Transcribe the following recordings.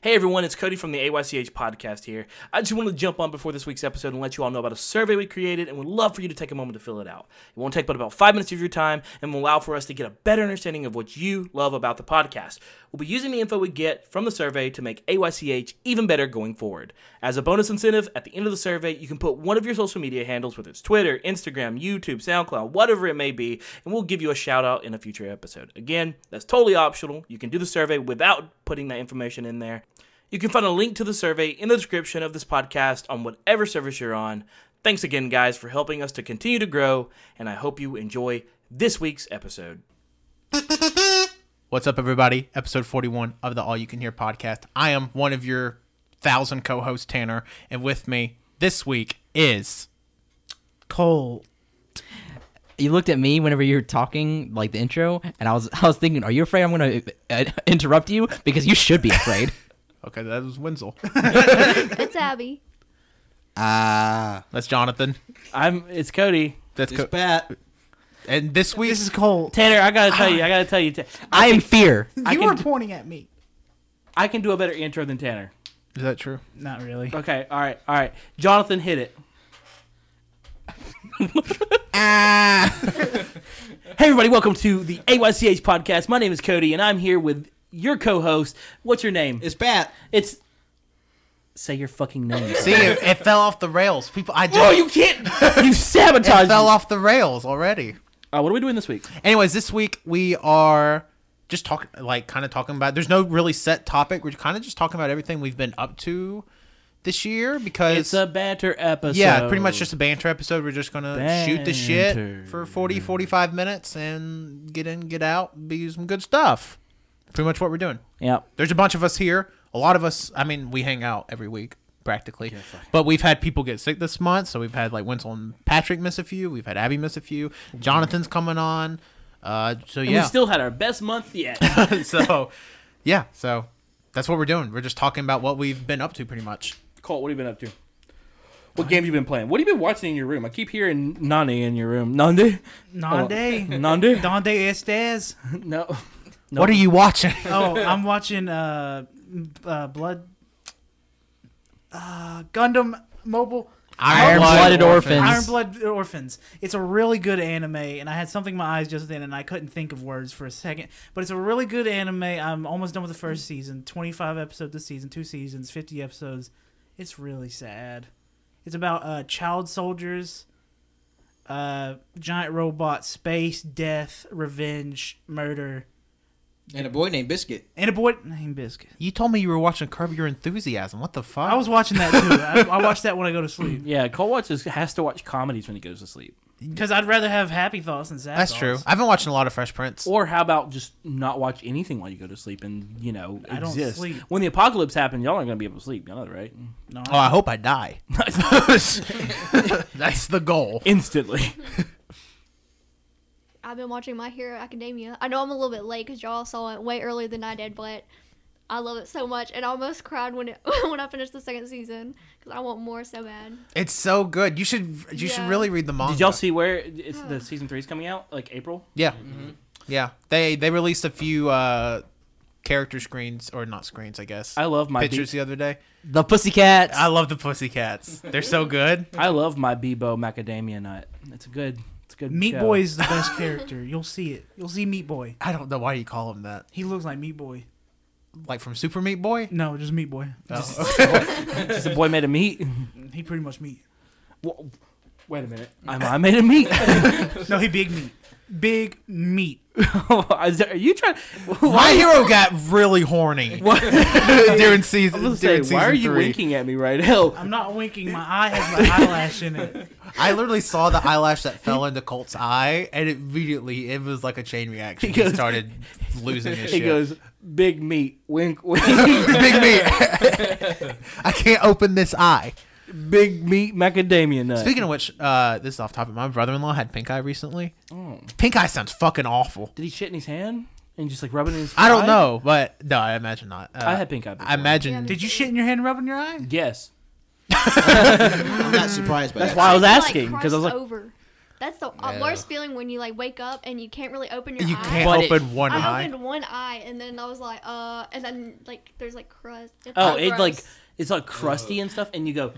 Hey everyone, it's Cody from the AYCH podcast here. I just wanted to jump on before this week's episode and let you all know about a survey we created and would love for you to take a moment to fill it out. It won't take but about five minutes of your time and will allow for us to get a better understanding of what you love about the podcast. We'll be using the info we get from the survey to make AYCH even better going forward. As a bonus incentive, at the end of the survey, you can put one of your social media handles, whether it's Twitter, Instagram, YouTube, SoundCloud, whatever it may be, and we'll give you a shout out in a future episode. Again, that's totally optional. You can do the survey without putting that information in there. You can find a link to the survey in the description of this podcast on whatever service you're on. Thanks again, guys, for helping us to continue to grow, and I hope you enjoy this week's episode. What's up, everybody? Episode 41 of the All You Can Hear podcast. I am one of your thousand co hosts, Tanner, and with me this week is. Cole. You looked at me whenever you were talking, like the intro, and I was I was thinking, are you afraid I'm going to uh, interrupt you? Because you should be afraid. Okay, that was Wenzel. That's Abby. Ah, That's Jonathan. I'm it's Cody. That's it's co- Pat. and this week. This is Cole. Tanner, I gotta tell you, I gotta tell you, Ta- I am fear. I you can were d- pointing at me. I can do a better intro than Tanner. Is that true? Not really. Okay, all right, all right. Jonathan, hit it. Ah. Hey everybody, welcome to the AYCH podcast. My name is Cody, and I'm here with your co-host. What's your name? It's Pat. It's say your fucking name. See, it, it fell off the rails. People, I oh, just you can't. You it sabotaged. fell me. off the rails already. Uh, what are we doing this week? Anyways, this week we are just talking, like, kind of talking about. There's no really set topic. We're kind of just talking about everything we've been up to this year because It's a banter episode. Yeah, pretty much just a banter episode. We're just going to shoot the Banter. shit for 40, 45 minutes and get in, get out, be some good stuff. Pretty much what we're doing. yeah. There's a bunch of us here. A lot of us, I mean, we hang out every week practically. but we've had people get sick this month. So we've had like Wenzel and Patrick miss a few. We've had Abby miss a few. Jonathan's coming on. Uh, so And yeah. We still had our best month yet. so yeah, so that's what we're doing. We're just talking about what we've been up to pretty much. Colt, what have you been up to? What game have you been playing? What have you been watching in your room? I keep hearing Nani in your room. Nande? Oh. Nande. Nande? Donde estes? No. What are you watching? Oh, I'm watching uh, uh Blood uh Gundam Mobile Iron-Blooded Orphans. Iron Blood Orphans. It's a really good anime, and I had something in my eyes just then, and I couldn't think of words for a second. But it's a really good anime. I'm almost done with the first season. 25 episodes this season, two seasons, 50 episodes. It's really sad. It's about uh, child soldiers, uh, giant robot, space, death, revenge, murder, And a boy named Biscuit. and a boy named Biscuit. You told me you were watching Curb Your Enthusiasm. What the fuck? I was watching that too. I, I watch that when I go to sleep Yeah, Colt watches has to watch comedies when he goes to sleep. because I'd rather have happy thoughts than sad. That's thoughts. true. I've been watching a lot of Fresh Prince. Or how about just not watch anything while you go to sleep and, you know, I don't exist. sleep. When the apocalypse happens, y'all aren't going to be able to sleep. Y'all know that, right? No, Oh, I hope I die. That's the goal. Instantly. I've been watching My Hero Academia. I know I'm a little bit late because y'all saw it way earlier than I did, but I love it so much, and I almost cried when it when I finished the second season because I want more so bad. It's so good. You should you should Yeah. really read the manga. Did y'all see where it's the season three's coming out? Like April? Yeah, Mm-hmm. yeah. They they released a few uh, character screens or not screens, I guess. I love my pictures Be- the other day. The pussycats. I love the Pussycats. They're so good. I love my Bebo macadamia nut. It's a good. It's a good. Meat show. Boy is the best character. You'll see it. You'll see Meat Boy. I don't know why you call him that. He looks like Meat Boy. Like from Super Meat Boy. No, just Meat Boy. Mm, Oh. It's a boy made of meat. He pretty much meat. Wha- Wait a minute. Am I made of meat? No, he big meat. Big meat. Is there- Are you trying? My hero got really horny during season. I was gonna say, during season why are you three. winking at me right now? I'm not winking. My eye has my eyelash in it. I literally saw the eyelash that fell into Colt's eye, and immediately it was like a chain reaction. He, He goes- started losing his He shit. goes, big meat, wink, wink, Big me. I can't open this eye. big meat macadamia nut. Speaking of which, uh, this is off topic. My brother-in-law had pink eye recently. Pink eye sounds fucking awful. Did he shit in his hand and just like rub it in his? I don't eye? know, but no, I imagine not. Uh, I had pink eye. Before. I imagine. Did you shit in your hand and rub it in your eye? Yes. I'm not surprised by That's that. why I was Like, asking because I was crossed like, over. That's the uh, Yeah. worst feeling when you like wake up and you can't really open your You eyes. can't But it- open one I eye. opened one eye and then I was like, uh, and then like there's like crust. It's Oh, so it like gross. it's like crusty and stuff, and you go,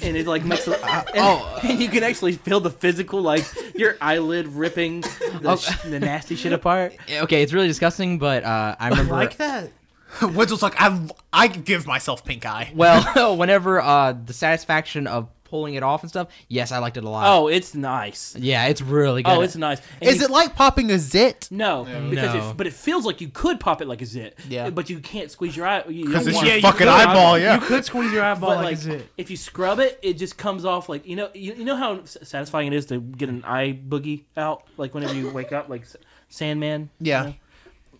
and it like makes. A, and, Oh. Oh. and you can actually feel the physical, like your eyelid ripping the, Oh. sh- the nasty shit apart. Okay, it's really disgusting, but uh, I remember like that. Wenzel's like, I, I give myself pink eye. well, whenever uh, the satisfaction of pulling it off and stuff. Yes, I liked it a lot. Oh, it's nice. yeah, it's really good. Oh, it's nice. And Is you- it like popping a zit? No, because No. It, but it feels like you could pop it like a zit. Yeah. but you can't squeeze your eye. Because it's Yeah, your you fucking could. eyeball, Oh, yeah. You could squeeze your eyeball But like, like, a zit. if you scrub it, it just comes off like you know you, you know how s- satisfying it is to get an eye boogie out like whenever you wake up like S- Sandman. Yeah. You know,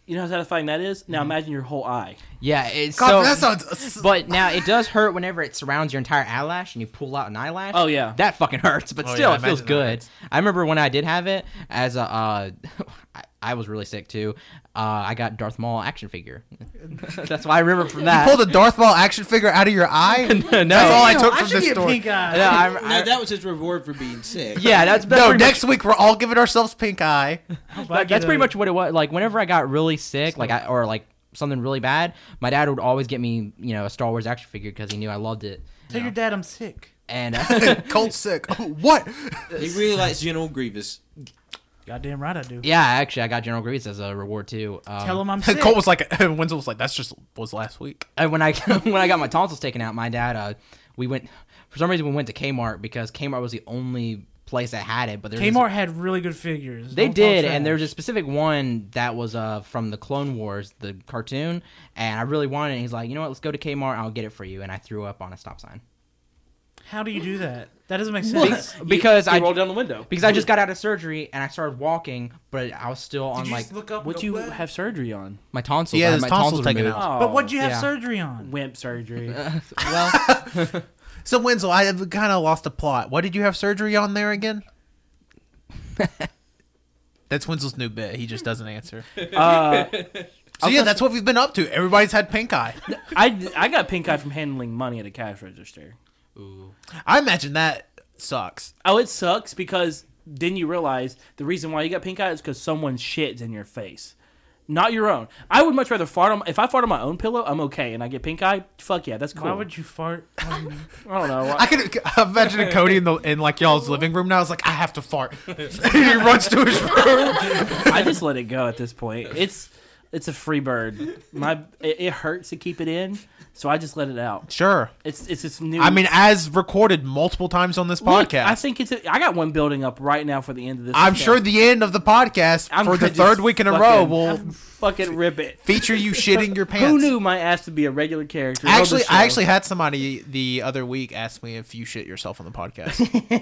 You know how satisfying that is. Now imagine your whole eye. yeah, it's God, so. that sounds. but now it does hurt whenever it surrounds your entire eyelash and you pull out an eyelash. Oh, yeah. that fucking hurts. But Oh, still, yeah, I it feels imagine that good. I remember when I did have it as a. Uh, I, I was really sick too. Uh, I got Darth Maul action figure. That's why I remember from that. Pull the Darth Maul action figure out of your eye? no, That's all I Ew, took I from should this get story. pink eye. no, I, I- No, that was his reward for being sick. yeah, that's that's No, pretty much- next week we're all giving ourselves pink eye. If I But that's get pretty a- much what it was. Like whenever I got really sick, like I or like something really bad, my dad would always get me, you know, a Star Wars action figure because he knew I loved it. Tell your dad I'm sick. And uh, Cold sick. Oh, what? He really likes General Grievous. Goddamn right I do. yeah, actually, I got General Grievous as a reward too. Um, Tell him I'm sick. Colt was like, Wenzel was like, that's just was last week. and Uh, when I when I got my tonsils taken out, my dad, uh, we went for some reason we went to Kmart because Kmart was the only place that had it. But there was this- Kmart had really good figures. They Don't talk did, trash. and there was a specific one that was uh, from the Clone Wars, the cartoon, and I really wanted it. And he's like, you know what, let's go to Kmart, I'll get it for you. And I threw up on a stop sign. How do you do that? That doesn't make sense. Because you I roll down the window. because I just got out of surgery and I started walking, but I was still on like look up What you have surgery on? my tonsils. Yeah, I had his my tonsils taken removed. out. But what'd you have Yeah. surgery on? Wimp surgery. Well, So Wenzel, I kind of lost the plot. What did you have surgery on there again? that's Wenzel's new bit. He just doesn't answer. uh, So yeah, that's what we've been up to. Everybody's had pink eye. I I got pink eye from handling money at a cash register. I imagine that sucks. Oh, it sucks because then you realize the reason why you got pink eye is because someone shits in your face, not your own. I would much rather fart on if I fart on my own pillow, I'm okay, and I get pink eye. Fuck yeah, that's cool. Why would you fart? on- I don't know. I could I'm imagining Cody in the in like y'all's living room now. Is like I have to fart. he runs to his room. I just let it go at this point. It's it's a free bird. My it, it hurts to keep it in, so I just let it out. Sure. It's it's this new. I mean, as recorded multiple times on this Look, podcast. I think it's. A, I got one building up right now for the end of this. I'm show. sure the end of the podcast I'm for the gonna third just week in a fucking- row will fucking rip it. feature you shitting your pants. Who knew my ass to be a regular character? of the Actually, I show? actually had somebody the other week ask me if you shit yourself on the podcast,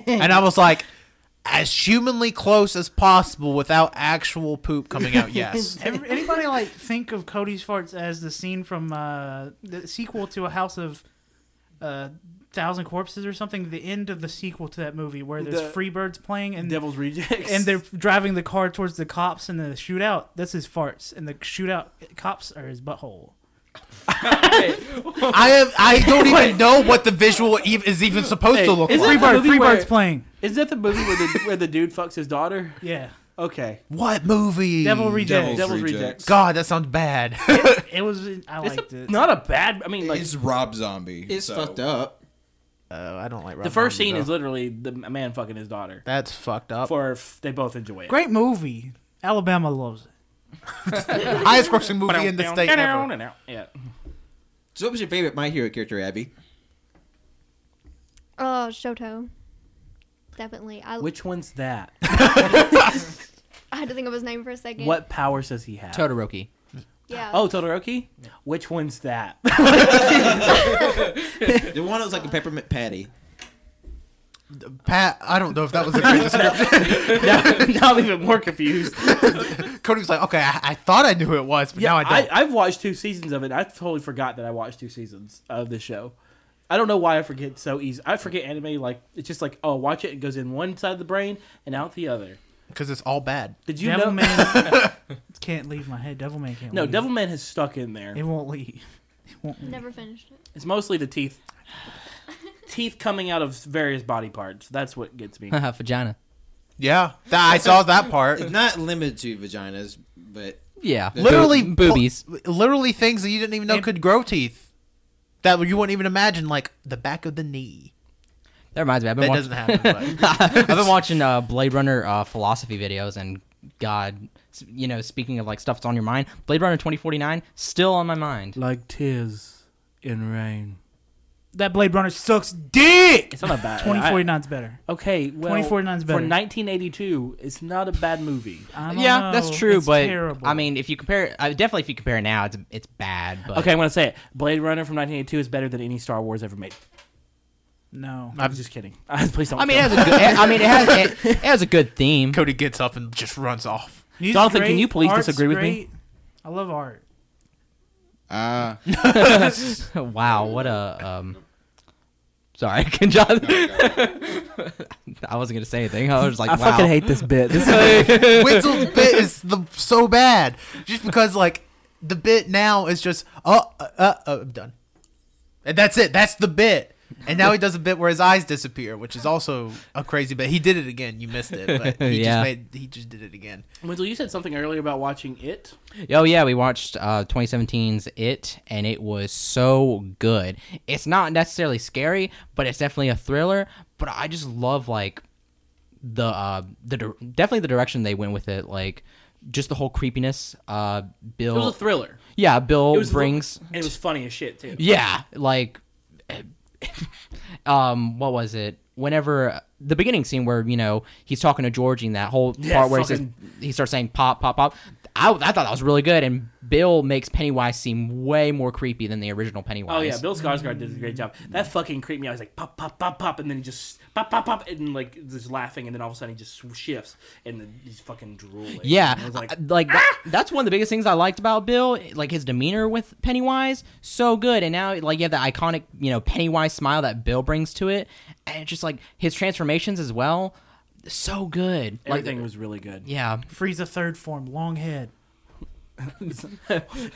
and I was like, as humanly close as possible without actual poop coming out. Yes. Every, anybody like think of Cody's farts as the scene from uh, the sequel to A House of uh, Thousand Corpses or something? The end of the sequel to that movie where there's The- Freebirds playing and Devil's Rejects. and they're driving the car towards the cops in the shootout. That's his farts, and the shootout cops are his butthole. I have. I don't even know what the visual ev- is even supposed Hey, to look is like. that the Freebird, movie Freebird's where- playing. Is that the movie where the where the dude fucks his daughter? Yeah, Okay, What movie? Devil Rejects. Devil's Rejects. Rejects. God, that sounds bad. it was. I it's liked a- it. not a bad. I mean, like it's Rob Zombie. It's so- fucked up. Oh, I don't like. the Rob first Zombie, scene though. is literally the a man fucking his daughter. That's fucked up. For if they both enjoy it. Great movie. Alabama loves it. Highest grossing movie in the state ever. Yeah. So, what was your favorite My Hero character, Abby? Oh, Shoto. Definitely. I Which one's that? I had to think of his name for a second. What powers does he have? Todoroki. Yeah. Oh, Todoroki. Which one's that? The one that was like a peppermint patty. Pat, I don't know if that was a good description. now, now I'm even more confused. Cody was like, okay, I, I thought I knew who it was, but now I don't. I, have watched two seasons of it. I totally forgot that I watched two seasons of this show. I don't know why I forget so easy. I forget anime like it's just like oh watch it. It goes in one side of the brain and out the other. Because it's all bad. Did you know? Devilman can't leave my head. Devilman can't. No, leave. Devilman has stuck in there. It won't leave. It won't leave. Never finished it. It's mostly the teeth. Teeth coming out of various body parts. That's what gets me. Vagina. Yeah, Th- I saw that part. It's not limited to vaginas, but Yeah, Literally Bo- boobies. Literally things that you didn't even know could grow teeth. That you wouldn't even imagine, like the back of the knee. That reminds me. I've been That watching. doesn't happen. But. I've been watching uh, Blade Runner uh, philosophy videos, and God, s- you know, speaking of like stuff that's on your mind, Blade Runner 2049 still on my mind. Like tears in rain. That Blade Runner sucks dick. It's not a bad. Twenty forty nine's better. I- okay, well, 2049 's better. For 1982, it's not a bad movie. I don't Yeah, that's know. true, It's but terrible. I mean, if you compare, uh, definitely if you compare it now, it's it's bad. But Okay, I'm gonna say it. Blade Runner from 1982 is better than any Star Wars ever made. no. I'm just kidding. Please don't. I mean, it has a good. I mean, it has it, it has a good theme. Cody gets up and just runs off. Music's Jonathan, can great, you please art's disagree with me? great. I love art. uh, wow, what a um. Sorry, can John? I wasn't gonna say anything. I was like, I wow. fucking hate this bit. This Witzel's bit is the, so bad, just because like the bit now is just oh uh, uh, uh I'm done, and that's it. That's the bit. And now he does a bit where his eyes disappear, which is also a crazy bit. He did it again. You missed it, but he just Yeah. made he just did it again. Wendell, you said something earlier about watching it. Oh yeah, we watched uh, 2017's It, and it was so good. It's not necessarily scary, but it's definitely a thriller. But I just love like the uh, the dir- definitely the direction they went with it, like just the whole creepiness. Uh, It was Bill, a thriller. yeah, Bill It was Oh, brings, and it was funny as shit too. yeah, like, um, what was it? Whenever the beginning scene where you know he's talking to Georgie and that whole Yeah, part where he says fucking- he starts saying pop pop pop. I, I thought that was really good, and Bill makes Pennywise seem way more creepy than the original Pennywise. Oh yeah, Bill Skarsgård did a great job. That fucking creeped me out. He's like pop, pop, pop, pop, and then he just pop, pop, pop, and like just laughing, and then all of a sudden he just sw- shifts and then he's fucking drooling. Yeah, And I was like, "Ah!" I- like that, that's one of the biggest things I liked about Bill, like his demeanor with Pennywise, so good. And now, like you have that iconic, you know, Pennywise smile that Bill brings to it, and it's just like his transformations as well, so good. Like, everything was really good. yeah, Freeze a third form, long head.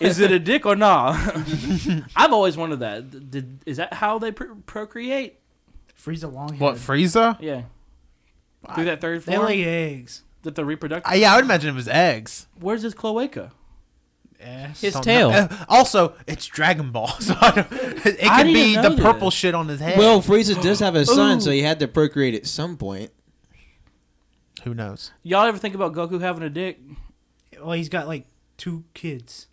is it a dick or not? I've always wondered that. D- Did, is that how they pr- procreate? Freeze a long head. What Frieza? Yeah. Through that third They form, lay eggs. that the reproductive. I, Uh, yeah, I would imagine it was eggs. Where's his cloaca? Yes. his Don't tail. know. Uh, also, it's Dragon Ball, so I don't, it I didn't could be the know purple this. shit on his head. well, Frieza does have a son, so he had to procreate at some point. who knows? Y'all ever think about Goku having a dick? Well, he's got like two kids.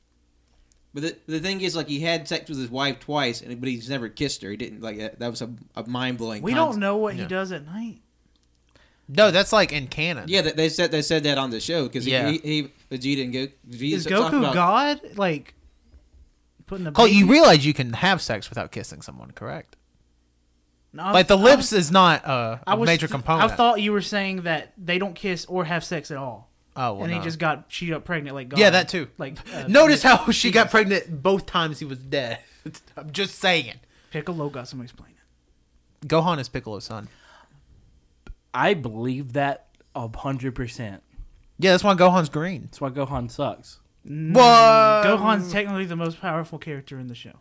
But the, the thing is, like, he had sex with his wife twice, and but he's never kissed her. He didn't like that. That was a, a mind blowing. We don't know what Yeah. he does at night. No, that's like in canon. Yeah, they, they said they said that on the show because Yeah. he, he, Vegeta and Goku. Vegeta Is talked Goku about- God? Like putting the Cole, you baby- realize you can have sex without kissing someone, correct? No, I- like the I- lips is not a, a I was major th- component. I thought you were saying that they don't kiss or have sex at all. Oh, well, and he no. just got she got pregnant like God. Yeah, that too. Like uh, Notice how she got pregnant both times he was dead. I'm just saying. Piccolo got some explaining. Gohan is Piccolo's son. I believe that a hundred percent. Yeah, that's why Gohan's green. That's why Gohan sucks. Mm, Whoa! Gohan's technically the most powerful character in the show.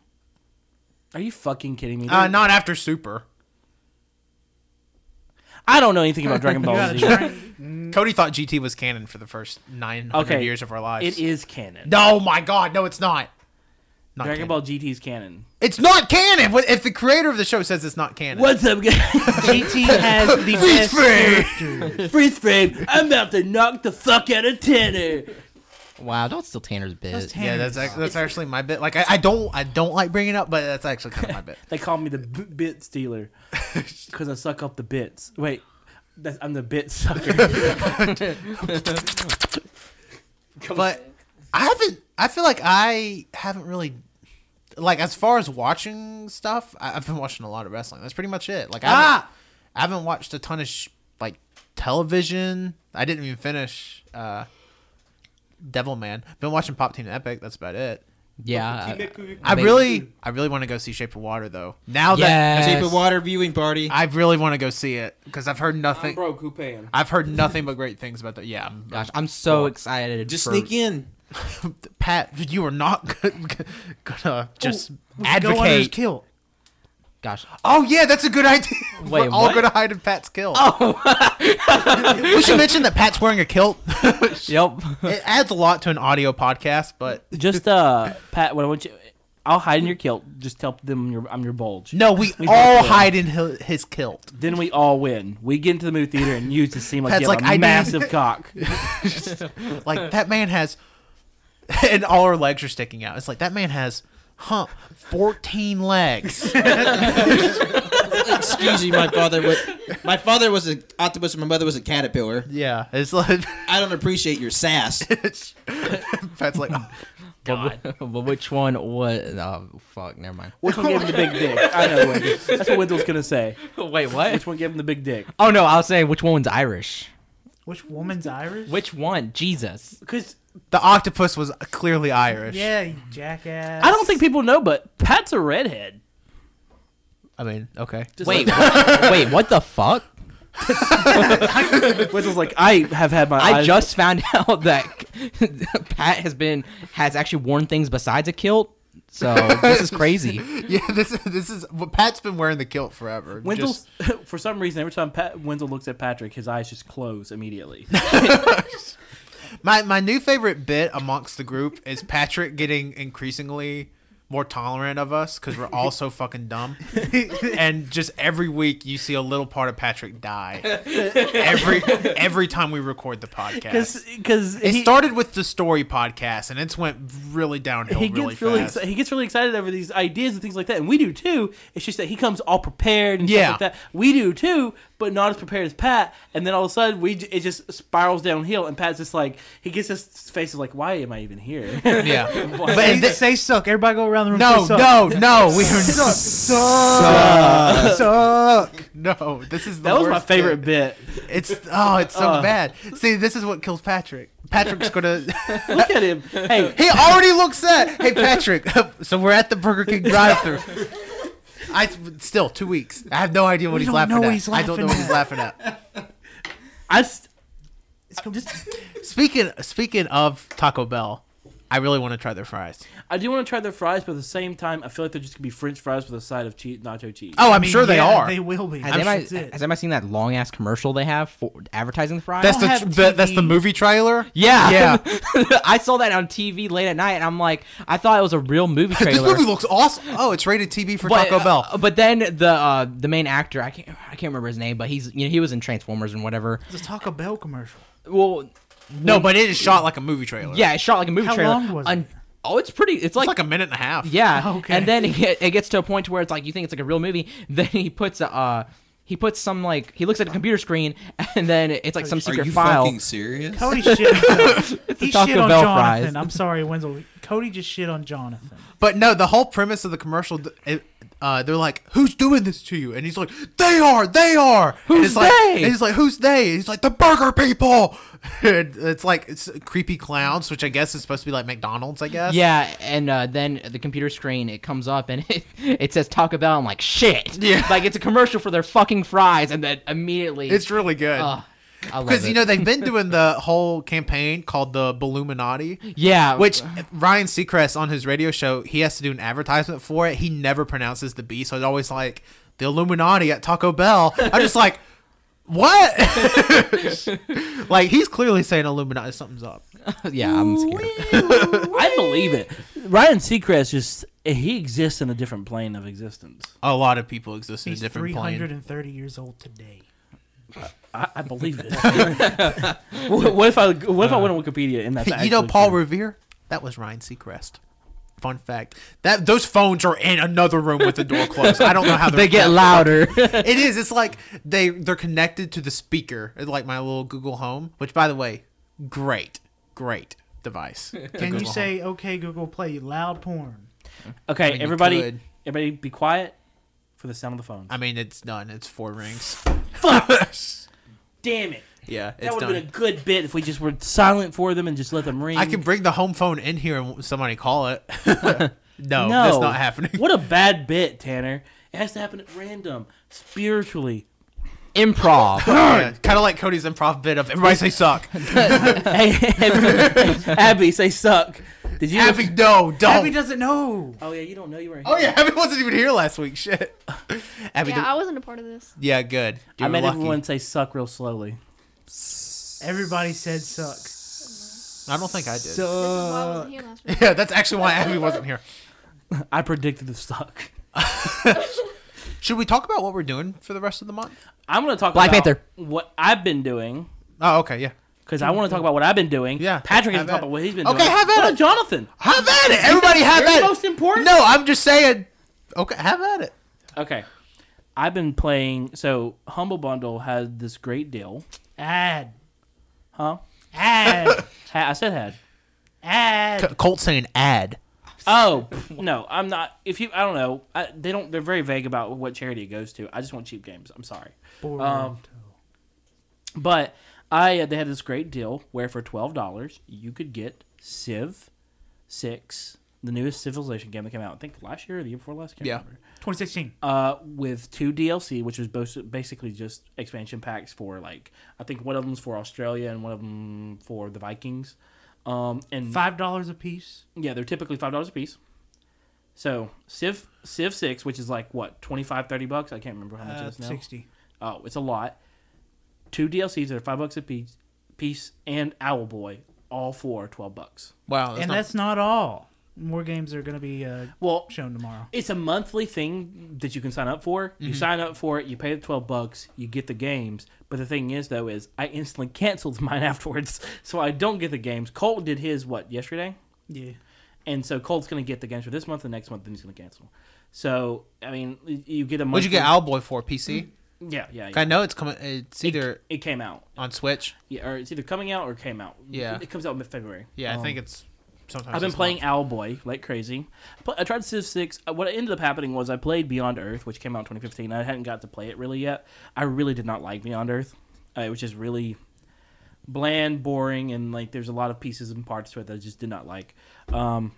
Are you fucking kidding me? Uh, dude? not after Super. I don't know anything about Dragon You Ball gotta Z. train- Cody thought GT was canon for the first 900 Okay, years of our lives. It is canon. No, my God, no, it's not. Not Dragon canon. Ball GT is canon. It's not canon. What- If the creator of the show says it's not canon, What's up, guys? GT has the best frame. character. Freeze frame. I'm about to knock the fuck out of Tanner. Wow, don't steal Tanner's bit. Tanner. Yeah, that's ac- that's actually my bit. Like I, I don't I don't like bringing it up, but that's actually kind of my bit. They call me the b- bit stealer because I suck up the bits. Wait, that's, I'm the bit sucker. But I haven't. I feel like I haven't really. Like as far as watching stuff, I, I've been watching a lot of wrestling. That's pretty much it. Like I haven't, I haven't watched a ton of sh- like television. I didn't even finish uh, Devil Man. Been watching Pop Team Epic. That's about it. Yeah, uh, I- I Wait. really, I really want to go see Shape of Water though. Now that Shape Yes. of Water viewing party. I really want to go see it because I've heard nothing. broke. Who paying? I've heard nothing but great things about that. Yeah, I'm- gosh, I'm so excited. Just for- sneak in. Pat, you are not gonna just We should go under his advocate. kilt. Gosh. Oh yeah, that's a good idea. Wait, We're all what? gonna hide in Pat's kilt. Oh, we should mention that Pat's wearing a kilt. it Yep. adds a lot to an audio podcast, but Just uh, Pat, what I want you, I'll hide in your kilt. Just tell them your, I'm your bulge. no, we all hide in hi- his kilt. Then we all win. We get into the movie theater and you just seem like Pat's you have like, a "I need-" massive cock. Like that man has, and all our legs are sticking out. It's like that man has, huh, fourteen legs. Excuse me, my father. Was, my father was an octopus, and my mother was a caterpillar. yeah, it's like I don't appreciate your sass. Pat's like, God. But, but which one was? Oh fuck. Never mind. Which one gave him the big dick? I know. Wendell. That's what Wendell's gonna say. Wait, what? Which one gave him the big dick? Oh no, I was saying which one's Irish. Which woman's Irish? Which one? Jesus. Because the octopus was clearly Irish. Yeah, you jackass. I don't think people know, but Pat's a redhead. I mean, okay. Just Wait, what, wait, what the fuck? like, Wendell's like I have had my. I eyes- just found out that Pat has been has actually worn things besides a kilt. So this is crazy. Yeah, this is this is well, Pat's been wearing the kilt forever. Wendell's Just- for some reason every time Pat Wendell looks at Patrick, his eyes just close immediately. my my new favorite bit amongst the group is Patrick getting increasingly more tolerant of us because we're all so fucking dumb. and just every week you see a little part of Patrick die. Every every time we record the podcast. Because It he, started with the story podcast and it's went really downhill he really gets really, fast. exci- he gets really excited over these ideas and things like that, and we do too. It's just that he comes all prepared and Yeah. stuff like that. We do too, but not as prepared as Pat. And then all of a sudden, we j- it just spirals downhill, and Pat's just like he gets his face of like, why am I even here? yeah. But say, say suck. Everybody go around the room. No, say suck. no, no, we are Suck. not. Suck. Suck. No, this is the that was my worst favorite bit. bit. It's oh, it's Uh. so bad. See, this is what kills Patrick. Patrick's gonna. Look at him. Hey, he already looks at. Hey, Patrick. so we're at the Burger King drive-through. I still two weeks. I have no idea what We he's don't laughing know at. he's I don't know laughing what he's at. laughing at. I s- It's com- Speaking speaking of Taco Bell, I really want to try their fries. I do want to try their fries, but at the same time, I feel like they're just gonna be French fries with a side of cheese, nacho cheese. Oh, I'm I mean, sure they yeah, are. They will be. Has I'm anybody, sure it's has it. anybody seen that long ass commercial they have for advertising the fries? that's don't the, have the that's the TV. movie trailer. yeah, Yeah. I saw that on TV late at night, and I'm like, I thought it was a real movie trailer. this movie looks awesome. Oh, it's rated TV for but, Taco Bell. uh, but then the uh, the main actor, I can't I can't remember his name, but he's you know he was in Transformers and whatever. It's a Taco Bell commercial. Well, no, but it is shot like a movie trailer. yeah, it shot like a movie How trailer. long was Un- it? Oh, it's pretty. It's it's like, like a minute and a half. yeah. Okay. And then it, get- it gets to a point where it's like you think it's like a real movie. Then he puts a. Uh, he puts some like he looks at a computer screen and then it's like some secret file. serious? Cody shit. he Taco shit on Bell fries. Jonathan. I'm sorry, Wenzel. Cody just shit on Jonathan. But no, the whole premise of the commercial, th- it, uh, they're like, "Who's doing this to you?" And he's like, "They are, they are." and Who's it's like, they? And he's like, "Who's they?" And he's like, "The burger people." And it's like it's creepy clowns, which I guess is supposed to be like McDonald's, I guess. Yeah, and uh, then the computer screen it comes up and it, it says Taco Bell. I'm like, shit. Yeah. Like it's a commercial for their fucking fries, and then immediately it's really good. Ugh, I love because it. you know they've been doing the whole campaign called the Balluminati, yeah, which Ryan Seacrest on his radio show he has to do an advertisement for it. He never pronounces the B, so it's always like the Illuminati at Taco Bell. I'm just like, what? like he's clearly saying Illuminati, something's up. yeah, I'm scared. I believe it. Ryan Seacrest just he exists in a different plane of existence. A lot of people exist in He's a different plane. 330 years old today. I, I believe it. what what if I what if I went on Wikipedia and that's Uh, You know actually Paul true? Revere? That was Ryan Seacrest. Fun fact that those phones are in another room with the door closed. I don't know how They get louder. it is. It's like they they're connected to the speaker, It's like my little Google Home. Which, by the way, great, great device. the Can you Google Home. say, okay, Google, play loud porn? Okay, you everybody, could. everybody, be quiet for the sound of the phone. I mean, it's done. It's four rings. Damn it! Yeah, That it's would have been a done. good bit if we just were silent for them and just let them ring. I can bring the home phone in here and somebody call it. no, no, that's not happening. What a bad bit, Tanner. It has to happen at random, spiritually. Improv. kind of like Cody's improv bit of everybody say suck. hey, Abby, say suck. Did you? Abby, no, don't. Abby doesn't know. oh yeah, you don't know you were. Here. oh yeah, Abby wasn't even here last week. Shit. Abby, Yeah, yeah, I wasn't a part of this. yeah good. I You're made lucky. everyone say "suck" real slowly. Everybody said suck. I don't think I did. This is why I wasn't here last week. yeah, that's actually why Abby wasn't here. I predicted the "suck." Should we talk about what we're doing for the rest of the month? I'm gonna talk Black about Panther. what I've been doing Oh, okay, yeah. because I want to talk about what I've been doing. Yeah, Patrick have is at talk about what he's been Okay, doing. have at What about it. Jonathan. Have at it. Everybody have You're at most it. important. No, I'm just saying. Okay, have at it. Okay. I've been playing. So Humble Bundle has this great deal, Ad. huh? Ad. Ha- I said had. Ad. C- Colt saying ad. Oh no, I'm not. If you, I don't know. I, they don't. They're very vague about what charity it goes to. I just want cheap games. I'm sorry. Um, but I uh, they had this great deal where for twelve dollars you could get Civ Six, the newest Civilization game that came out. I think last year or the year before last. I Can't Yeah. Remember. 2016. Uh, with two DLC, which was bos- basically just expansion packs for like I think one of them's for Australia and one of them for the Vikings. Um, and Five dollars a piece. yeah, they're typically five dollars a piece. So Civ Civ six, which is like what 25, 30 bucks. I can't remember how much Uh, it is now. 60. Oh, it's a lot. Two DLCs that are five bucks a piece, piece and Owl Boy, all four are twelve bucks. Wow, and that's not all. More games are going to be uh, Well, shown tomorrow. it's a monthly thing that you can sign up for. You Mm-hmm. sign up for it, you pay the twelve bucks, you get the games. But the thing is, though, is I instantly canceled mine afterwards, so I don't get the games. Colt did his what yesterday. Yeah. And so Colt's going to get the games for this month, the next month, then he's going to cancel. So I mean, y- you get a. What'd you get monthly- Owlboy for? PC? Yeah, yeah. yeah. I know it's coming. It's either Mm-hmm. It came out. on Switch. Yeah, or it's either coming out or came out. Yeah. it comes out in February. Yeah, I Um, think it's. Sometimes I've been it's playing not. Owlboy like crazy. But I tried Civ Six. Uh, What ended up happening was I played Beyond Earth, which came out in 2015. I hadn't got to play it really yet. I really did not like Beyond Earth. Uh, it was just really bland, boring, and like there's a lot of pieces and parts to it that I just did not like. Um,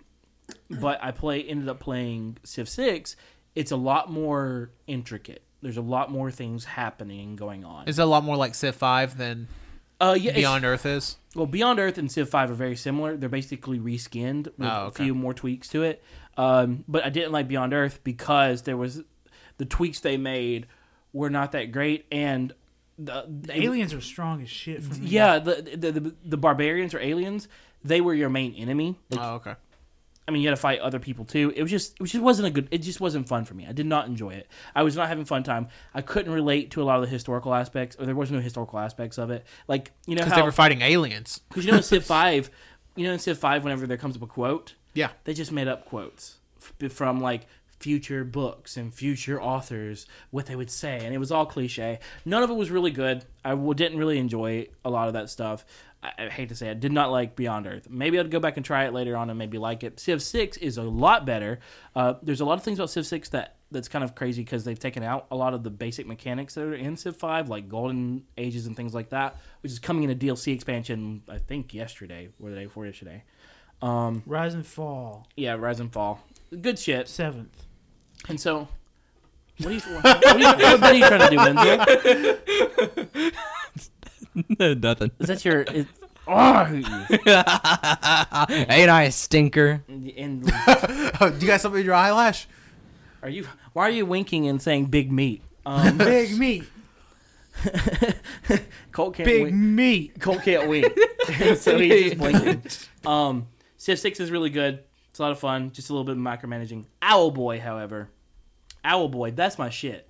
but I play ended up playing Civ Six. It's a lot more intricate. There's a lot more things happening and going on. Is it a lot more like Civ Five than Uh, yeah, it's- Beyond Earth is? well, Beyond Earth and Civ Five are very similar. They're basically reskinned with Oh, a okay. few more tweaks to it. Um, but I didn't like Beyond Earth because there was the tweaks they made were not that great, and the, The aliens are strong as shit for me. yeah, the, the the the barbarians or aliens, they were your main enemy. Like, Oh, okay. I mean, you had to fight other people too. It was just, it just wasn't a good. It just wasn't fun for me. I did not enjoy it. I was not having a fun time. I couldn't relate to a lot of the historical aspects, or there was no historical aspects of it. Like you know Because how they were fighting aliens. because you know in Civ Five, you know in Civ Five, whenever there comes up a quote, Yeah. they just made up quotes f- from like future books and future authors what they would say, and it was all cliche. None of it was really good. I w- didn't really enjoy a lot of that stuff. I, I hate to say, it, I did not like Beyond Earth. Maybe I'd go back and try it later on and maybe like it. Civ Six is a lot better. Uh, there's a lot of things about Civ Six that that's kind of crazy because they've taken out a lot of the basic mechanics that are in Civ 5, like Golden Ages and things like that, which is coming in a DLC expansion, I think, yesterday or the day before yesterday. Rise and Fall. Yeah, Rise and Fall. Good shit. Seventh. And so, what are you, what are you, what are you trying to do, Lindsay? No, nothing. Is that your. Is, oh, I hate you. Ain't I a stinker? And- and Oh, do you got something in your eyelash? are you? Why are you winking and saying big meat? Um, Big meat. Colt can't Big wink. meat. Colt can't wink, so he's just blinking. Um, Civ Six is really good. It's a lot of fun. Just a little bit of micromanaging. Owlboy, however, Owlboy, that's my shit.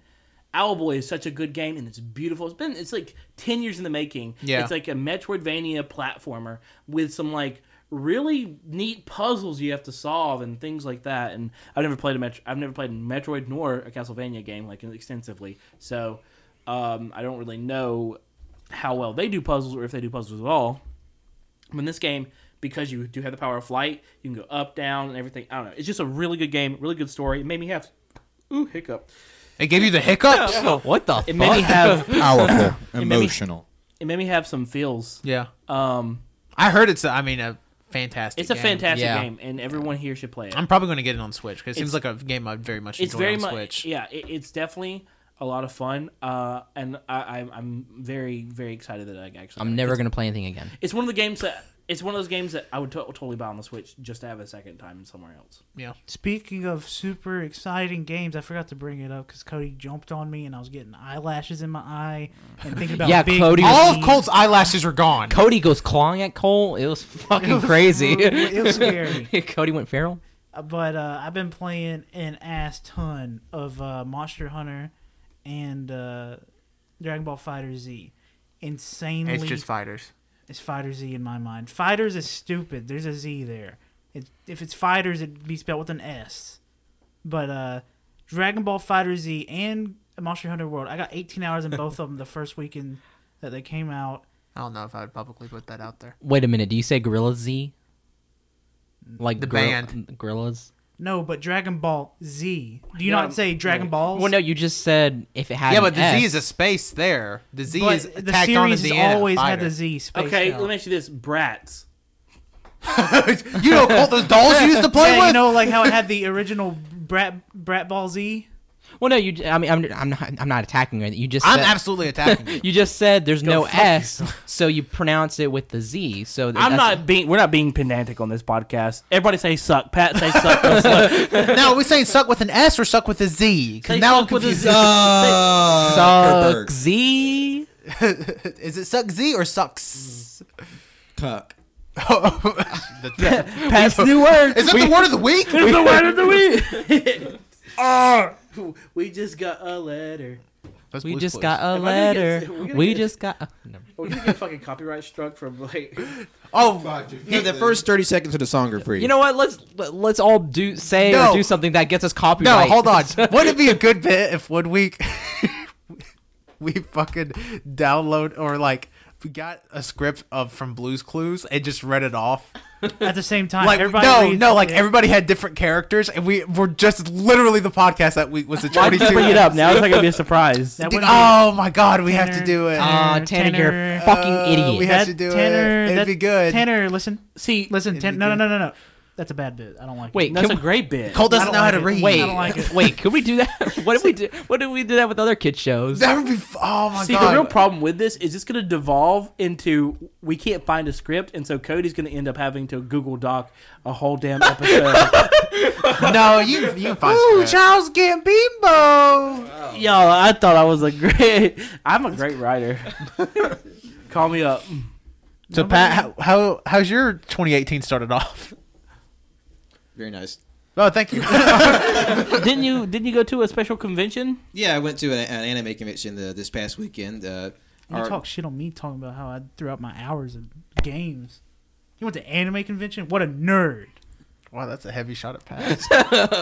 Owlboy is such a good game and it's beautiful. It's been it's like ten years in the making. Yeah. It's like a Metroidvania platformer with some like really neat puzzles you have to solve and things like that. And I've never played a Metro- I've never played a Metroid nor a Castlevania game like extensively. So um, I don't really know how well they do puzzles or if they do puzzles at all. But in this game, because you do have the power of flight, you can go up, down, and everything. I don't know. It's just a really good game, really good story. It made me have ooh hiccup. It gave you the hiccups. Oh, What the It made me fuck? have Powerful, made me- emotional. it made me have some feels. Yeah. Um, I heard it's. A, I mean, a fantastic. it's a game. fantastic Yeah. game, and everyone here should play it. I'm probably going to get it on Switch because it seems It's- like a game I'd very much it's enjoy very on much Switch. yeah. It, it's definitely a lot of fun, uh, and I, I, I'm very very excited that I actually. I'm never gonna play anything again. It's one of the games that it's one of those games that I would to- totally buy on the Switch just to have a second time somewhere else. Yeah. Speaking of super exciting games, I forgot to bring it up because Cody jumped on me and I was getting eyelashes in my eye and thinking about Yeah, big Cody- All of memes. Colt's eyelashes are gone. Cody goes clawing at Cole. It was fucking crazy. It was scary. Cody went feral. Uh, But uh, I've been playing an ass ton of uh, Monster Hunter and uh, Dragon Ball Fighter Z. Insanely, It's just fighters. it's Fighter Z in my mind. Fighters is stupid. There's a Z there. It, if it's Fighters, it'd be spelled with an S. But uh, Dragon Ball Fighter Z and Monster Hunter World, I got 18 hours in both of them the first weekend that they came out. I don't know if I would publicly put that out there. Wait a minute. Do you say Gorilla Z? Like The goril- band. Gorillas. No, but Dragon Ball Z. Do you Yeah, not say Dragon yeah. Balls? Well, no, you just said if it had. yeah, an but the Z S. is a space there. The Z But is the tacked on at series the has end. of always had fighter. the Z space. Okay, out. let me ask you this: Bratz. you know, Colt, those dolls you used to play yeah, with. you know, like how it had the original Brat Brat Ball Z. Well, no, you. I mean, I'm, I'm not. I'm not attacking her. You just. I'm said, absolutely attacking you. You just said there's no fuck S, so you pronounce it with the Z. So that- I'm that's- not being. We're not being pedantic on this podcast. Everybody say suck. Pat say suck. Let's look. now, are we saying suck with an S or suck with a Z? Say Because now I'm suck with a confused. Z. Uh, Suck Zuckerberg. Z. is it suck Z or sucks? Cuck. Pat's new word. Is that the word of the week? the word of the week. we just got a letter. Those We Blues just Clues. got a Am I gonna get- letter. we're gonna we get- just got. A, no. Are we gonna Oh, get fucking copyright struck from like? Oh, Yeah, the first 30 seconds of the song are free. You know what? Let's let- let's all do say No. or do something that gets us no, copyright. hold on. Wouldn't it be a good bit if one week we fucking download or like we got a script of from Blues Clues and just read it off? At the same time, Like Ah, everybody no, reads- no, like yeah. everybody had different characters, and we were just literally the podcast that week was the twenty-two. Bring it up now. It's not gonna be a surprise. That Dude, wouldn't be- oh my god, we have to do it. Uh, Tanner, you're a fucking Uh, idiot. we have to do it. It'd that- be good. Tanner, listen, See, listen. It'd Tan- be no, no, good. no, no, no. That's a bad bit. I don't like. Wait, it. that's a can- great bit. Cole doesn't I don't know how to like it. read. wait, I don't like it. wait. Could we do that? what if we do? What if we do that with other kid shows? That would be. f- Oh my See, the god. real problem with this is it's going to devolve into we can't find a script, and so Cody's going to end up having to Google Doc a whole damn episode. no, you you can find. Ooh, Charles Gambino. Yo, I thought I was a great. I'm a great writer. Call me up. So Pat, how, how how's your 2018 started off? Very nice. Oh, thank you. Didn't you? Didn't you go to a special convention? Yeah, I went to an, an anime convention the, this past weekend. Uh, You our- talk shit on me talking about how I threw out my hours of games. You went to anime convention? What a nerd! wow, that's a heavy shot at Pat.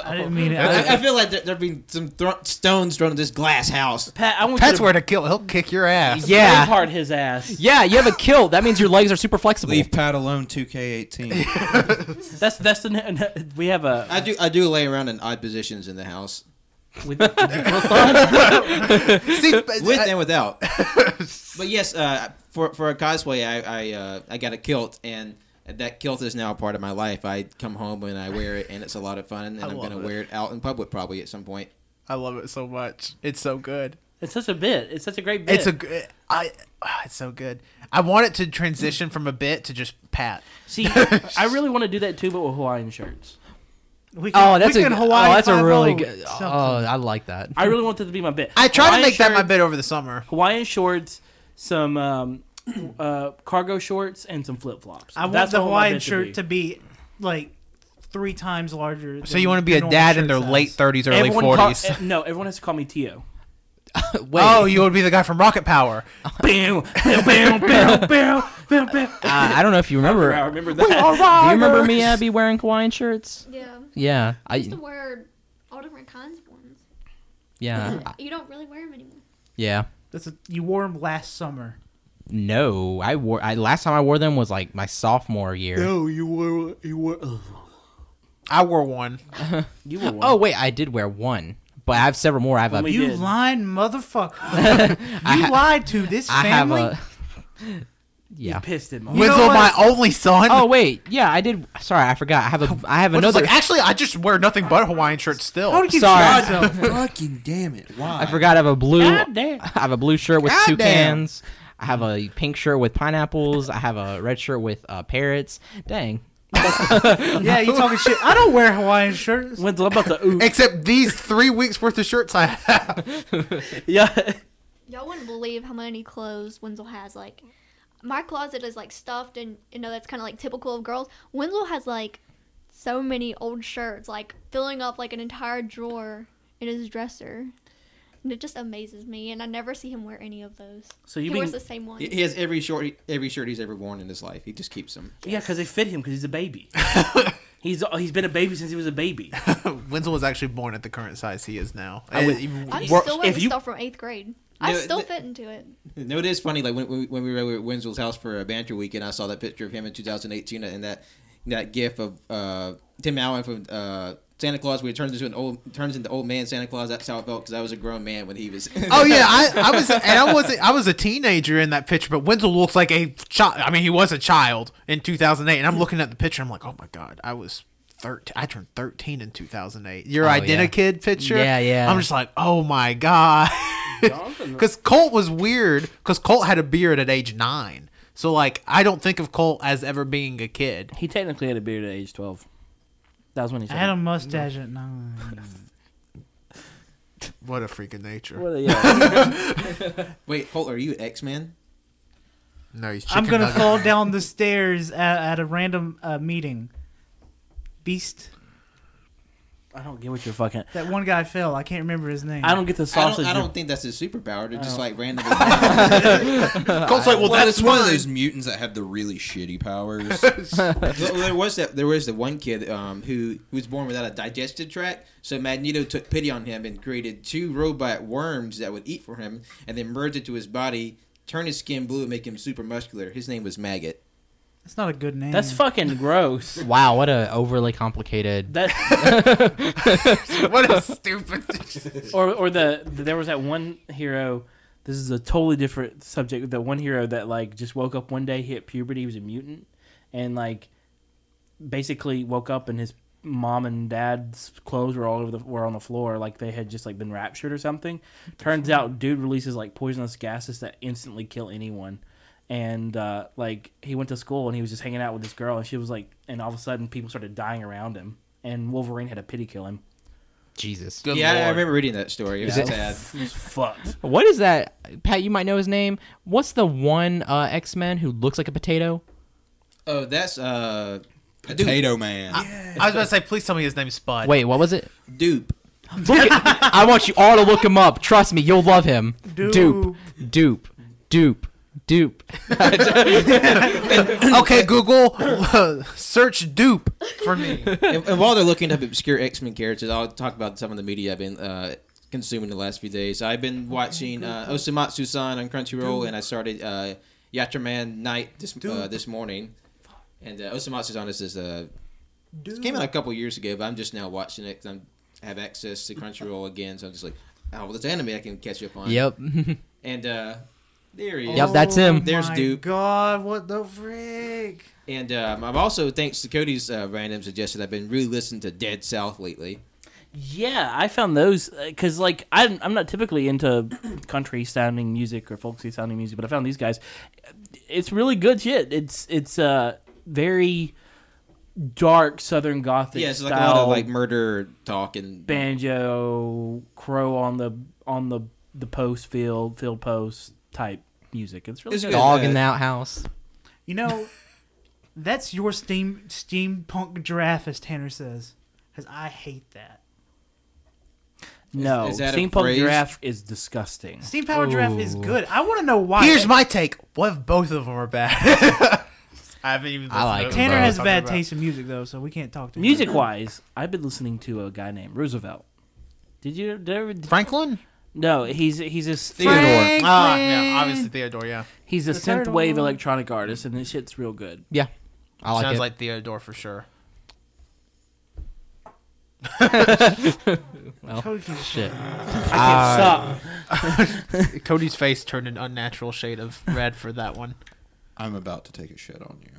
I didn't mean it. I, I, I feel like there have been some thro- stones thrown at this glass house. Pat, I want Pat's you where to kill. He'll kick your ass. to Yeah. Braveheart his ass. Yeah, you have a kill. That means your legs are super flexible. Pat alone, 2K18. That's that's the we have a I do I do lay around in odd positions in the house. with, See, but- with uh, and without. but yes, uh, for for a cosplay, I I, uh, I got a kilt, and that kilt is now a part of my life. I come home and I wear it, and it's a lot of fun, and I I'm love gonna it. wear it out in public probably at some point. I love it so much. It's so good. it's such a bit. It's such a great bit. It's a. g- I. ah, It's so good. I want it to transition from a bit to just Pat. see. I really want to do that too, but with Hawaiian shirts. we can, Oh, that's we a can Hawaii oh, that's a really 5-0 good. something. Oh, I like that. I really want that to be my bit. I tried Hawaiian to make that my shirts- bit over the summer. Hawaiian shorts, some um, uh, cargo shorts, and some flip flops. I want the Hawaiian shirt to be like three times larger. So than you want to be the a normal dad in shirt their size. late 30s, early everyone 40s. call- eh, no, everyone has to call me Tio. Wait, Oh, you would be the guy from Rocket Power. Bam, bam, bam, bam, bam, bam, bam. uh, I don't know if you remember. I Do remember that. you remember me Abby wearing Hawaiian shirts? Yeah. Yeah, I used to I wear all different kinds of ones. yeah I- You don't really wear them anymore. yeah. That's a, you wore them last summer. No, I wore. I last time I wore them was like my sophomore year. No, you were you were I wore one. you were. Oh wait, I did wear one, but I have several more. I have Well, a. We You did. lying motherfucker! you lied to this I have family. a. yeah. pissed him off. You know Winslow, my what? only son. Oh wait, yeah, I did. Sorry, I forgot. I have a. I have Which is another. like, actually, I just wear nothing but Hawaiian shirts still. How did you Sorry. Oh, God, Fucking damn it! Why? I forgot. I have a blue. God damn. I have a blue shirt with God two damn. cans. I have a pink shirt with pineapples. I have a red shirt with uh, parrots. Dang. yeah, you talking shit. I don't wear Hawaiian shirts. When's what about the ooh? Except these three weeks worth of shirts I have. yeah. Y'all wouldn't believe how many clothes Winslow has. Like, my closet is like stuffed, and you know that's kind of like typical of girls. Winslow has like so many old shirts, like filling up like an entire drawer in his dresser, and it just amazes me. And I never see him wear any of those. So you he mean wears the same one. He he has every short, every shirt he's ever worn in his life. He just keeps them. yeah? Because they fit him because he's a baby. he's uh, he's been a baby since he was a baby. Winslow was actually born at the current size he is now. I would- Even- I Wor- still wear if the you- stuff from eighth grade. I No, still th- fit into it. You know, it is funny. Like when, when we- when we were at Winslow's house for a banter weekend, I saw that picture of him in 2018 and that that gif of uh, Tim Allen from uh, Santa Claus, where he turns into an old turns into old man Santa Claus. That's how it felt because I was a grown man when he was. oh yeah, I, I was and I was I was a teenager in that picture, but Winslow looks like a child. I mean, he was a child in 2008, and I'm looking at the picture. I'm like, oh my god, I was 13. I turned 13 in 2008. Your Oh, yeah. identikid picture. Yeah, yeah. I'm just like, oh my god, because Colt was weird. Because Colt had a beard at age nine, so like I don't think of Colt as ever being a kid. He technically had a beard at age twelve. That was when he I said. had a mustache at nine. What a freak of nature. Well, yeah. Wait, Holt, are you X Men? No, he's I'm chicken gonna nugget. fall down the stairs at, at a random uh, meeting. Beast. I don't get what you're fucking. That one guy fell. I can't remember his name. I don't get the I sausage. don't, I you're- don't think that's his superpower. They're just like randomly. Colt's like, well, Well, that's it's one of mine. those mutants that have the really shitty powers. Well, there was that. There was the one kid um, who, who was born without a digestive tract. So Magneto took pity on him and created two robot worms that would eat for him, and then merged into his body, turn his skin blue, and make him super muscular. His name was Maggot. That's not a good name. That's fucking gross. Wow, what a overly complicated. That what a stupid. or or the there was that one hero. This is a totally different subject. The one hero that like just woke up one day, hit puberty, he was a mutant, and like basically woke up and his mom and dad's clothes were all over the were on the floor, like they had just like been raptured or something. Turns out, dude releases like poisonous gases that instantly kill anyone. And uh, like he went to school and he was just hanging out with this girl, and she was like, and all of a sudden people started dying around him, and Wolverine had to pity kill him. Jesus. Good yeah, I- I lord. remember reading that story. It was it- sad. It was fucked. What is that? Pat, you might know his name. What's the one uh, X Men who looks like a potato? Oh, that's uh, Potato Man. I was about to say, please tell me his name's Spud. Wait, what was it? dupe. Look at, I want you all to look him up. Trust me, you'll love him. Dupe, dupe, dupe, dupe. okay, Google, search dupe for me. and, and while they're looking up obscure X Men characters, I'll talk about some of the media I've been uh, consuming the last few days. I've been watching uh, Osamatsu san on Crunchyroll, and I started uh, Yatraman Night this uh, this morning. And uh, Osamatsu san is this, uh, this came out a couple years ago, but I'm just now watching it because I have access to Crunchyroll again, so I'm just like, oh, well, it's anime I can catch up on. Yep. And uh, there he is. Yep, that's him. There's my Duke. God, what the frick? And um, I've also, thanks to Cody's uh, random suggestion, I've been really listening to Dead South lately. Yeah, I found those because, like, I'm, I'm not typically into country sounding music or folksy sounding music, but I found these guys. It's really good shit. It's it's uh very dark Southern Gothic Yeah, it's style, like a lot of like murder talk and banjo, crow on the on the the post field field post type music. It's really It's good. good. Dog in the outhouse. You know, that's your steam steampunk giraffe, as Tanner says, because I hate that. No, is that a steampunk phrase? giraffe is disgusting. Steam powered giraffe is good. I want to know why. Here's my take. What if both of them are bad? I haven't even. I like listened to Tanner what has I'm bad talking taste in music though, so we can't talk to him. Music wise, I've been listening to a guy named Roosevelt. Did you? Did, ever- about. Franklin. no, he's he's a Theodore. Ah, yeah, obviously Theodore. Yeah, He's a The third synth wave one. electronic artist, and this shit's real good. Yeah, I like sounds it. like Theodore for sure. Cody can- Oh. Shit. Sup? Cody's face turned an unnatural shade of red for that one. I'm about to take a shit on you.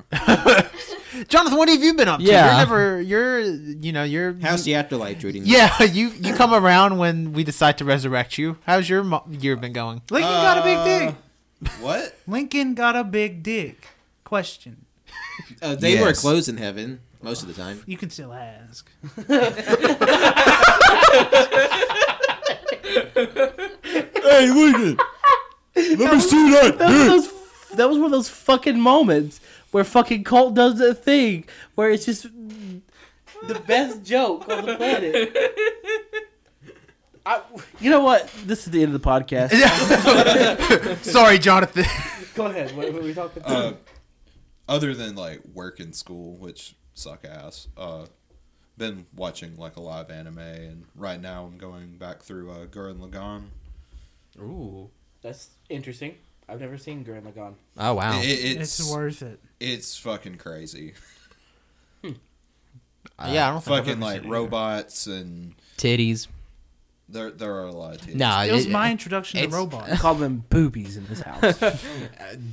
Jonathan, what have you been up to? Yeah. You're never, you're, you know, you're. How's the afterlife treating you? yeah, you you come around when we decide to resurrect you. How's your mo- year been going? Lincoln got a Uh. big dick. What? Lincoln got a big dick. Question. Uh, they wear Yes. clothes in heaven most of the time. You can still ask. Hey, Lincoln. Let me see that. That was, those, that was one of those fucking moments where fucking Colt does the thing where it's just the best joke on the planet. I, you know what? This is the end of the podcast. Sorry, Jonathan. Go ahead. What, what are we talking Uh, about? other than like work and school, which suck ass, uh, been watching like a lot of anime, and right now I'm going back through uh, Gurren Lagann. Ooh. That's interesting. I've never seen Gurren Lagann. Oh wow. It- it's It's, it's, worth it. fucking crazy. Uh, yeah, I don't think I've fucking ever like seen it. robots and Titties. there there are a lot of titties. No. It was my introduction to it's- robots. Call them boobies in this house.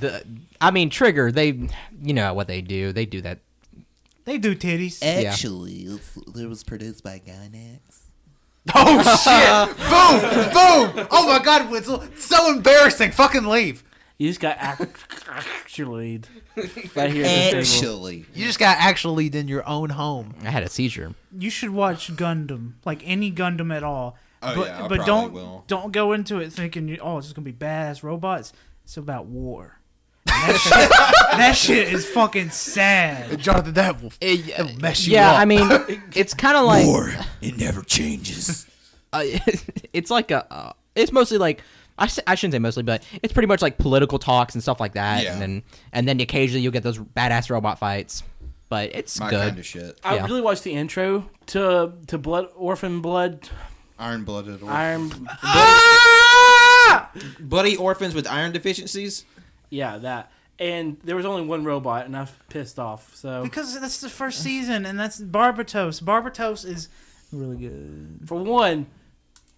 the, I mean, Trigger. They, you know what they do. They do that. They do titties. Actually, it's it was produced by Gynax. Oh shit! boom, boom! Oh my god, Witzel, so embarrassing. Fucking leave. you just got act- actually right here. at this table. You just got actually in your own home. I had a seizure. You should watch Gundam, like any Gundam at all. Oh, but yeah, I but probably don't will. don't go into it thinking, you- oh, it's just gonna be badass robots. It's about war. And That shit, that shit is fucking sad. Jonathan, that will, that will mess you yeah, up. I mean, it's kind of like Or it never changes. uh, it's like a. Uh, it's mostly like I, s- I shouldn't say mostly, but it's pretty much like political talks and stuff like that, Yeah. and then and then occasionally you'll get those badass robot fights. But it's My good. kind of shit. I Yeah. really watched the intro to to Blood Orphan Blood Iron blooded. Iron. Bloody orphans with iron deficiencies. Yeah, that. And there was only one robot, and I was pissed off. So Because that's the first season, and that's Barbatos. Barbatos is really good. for one,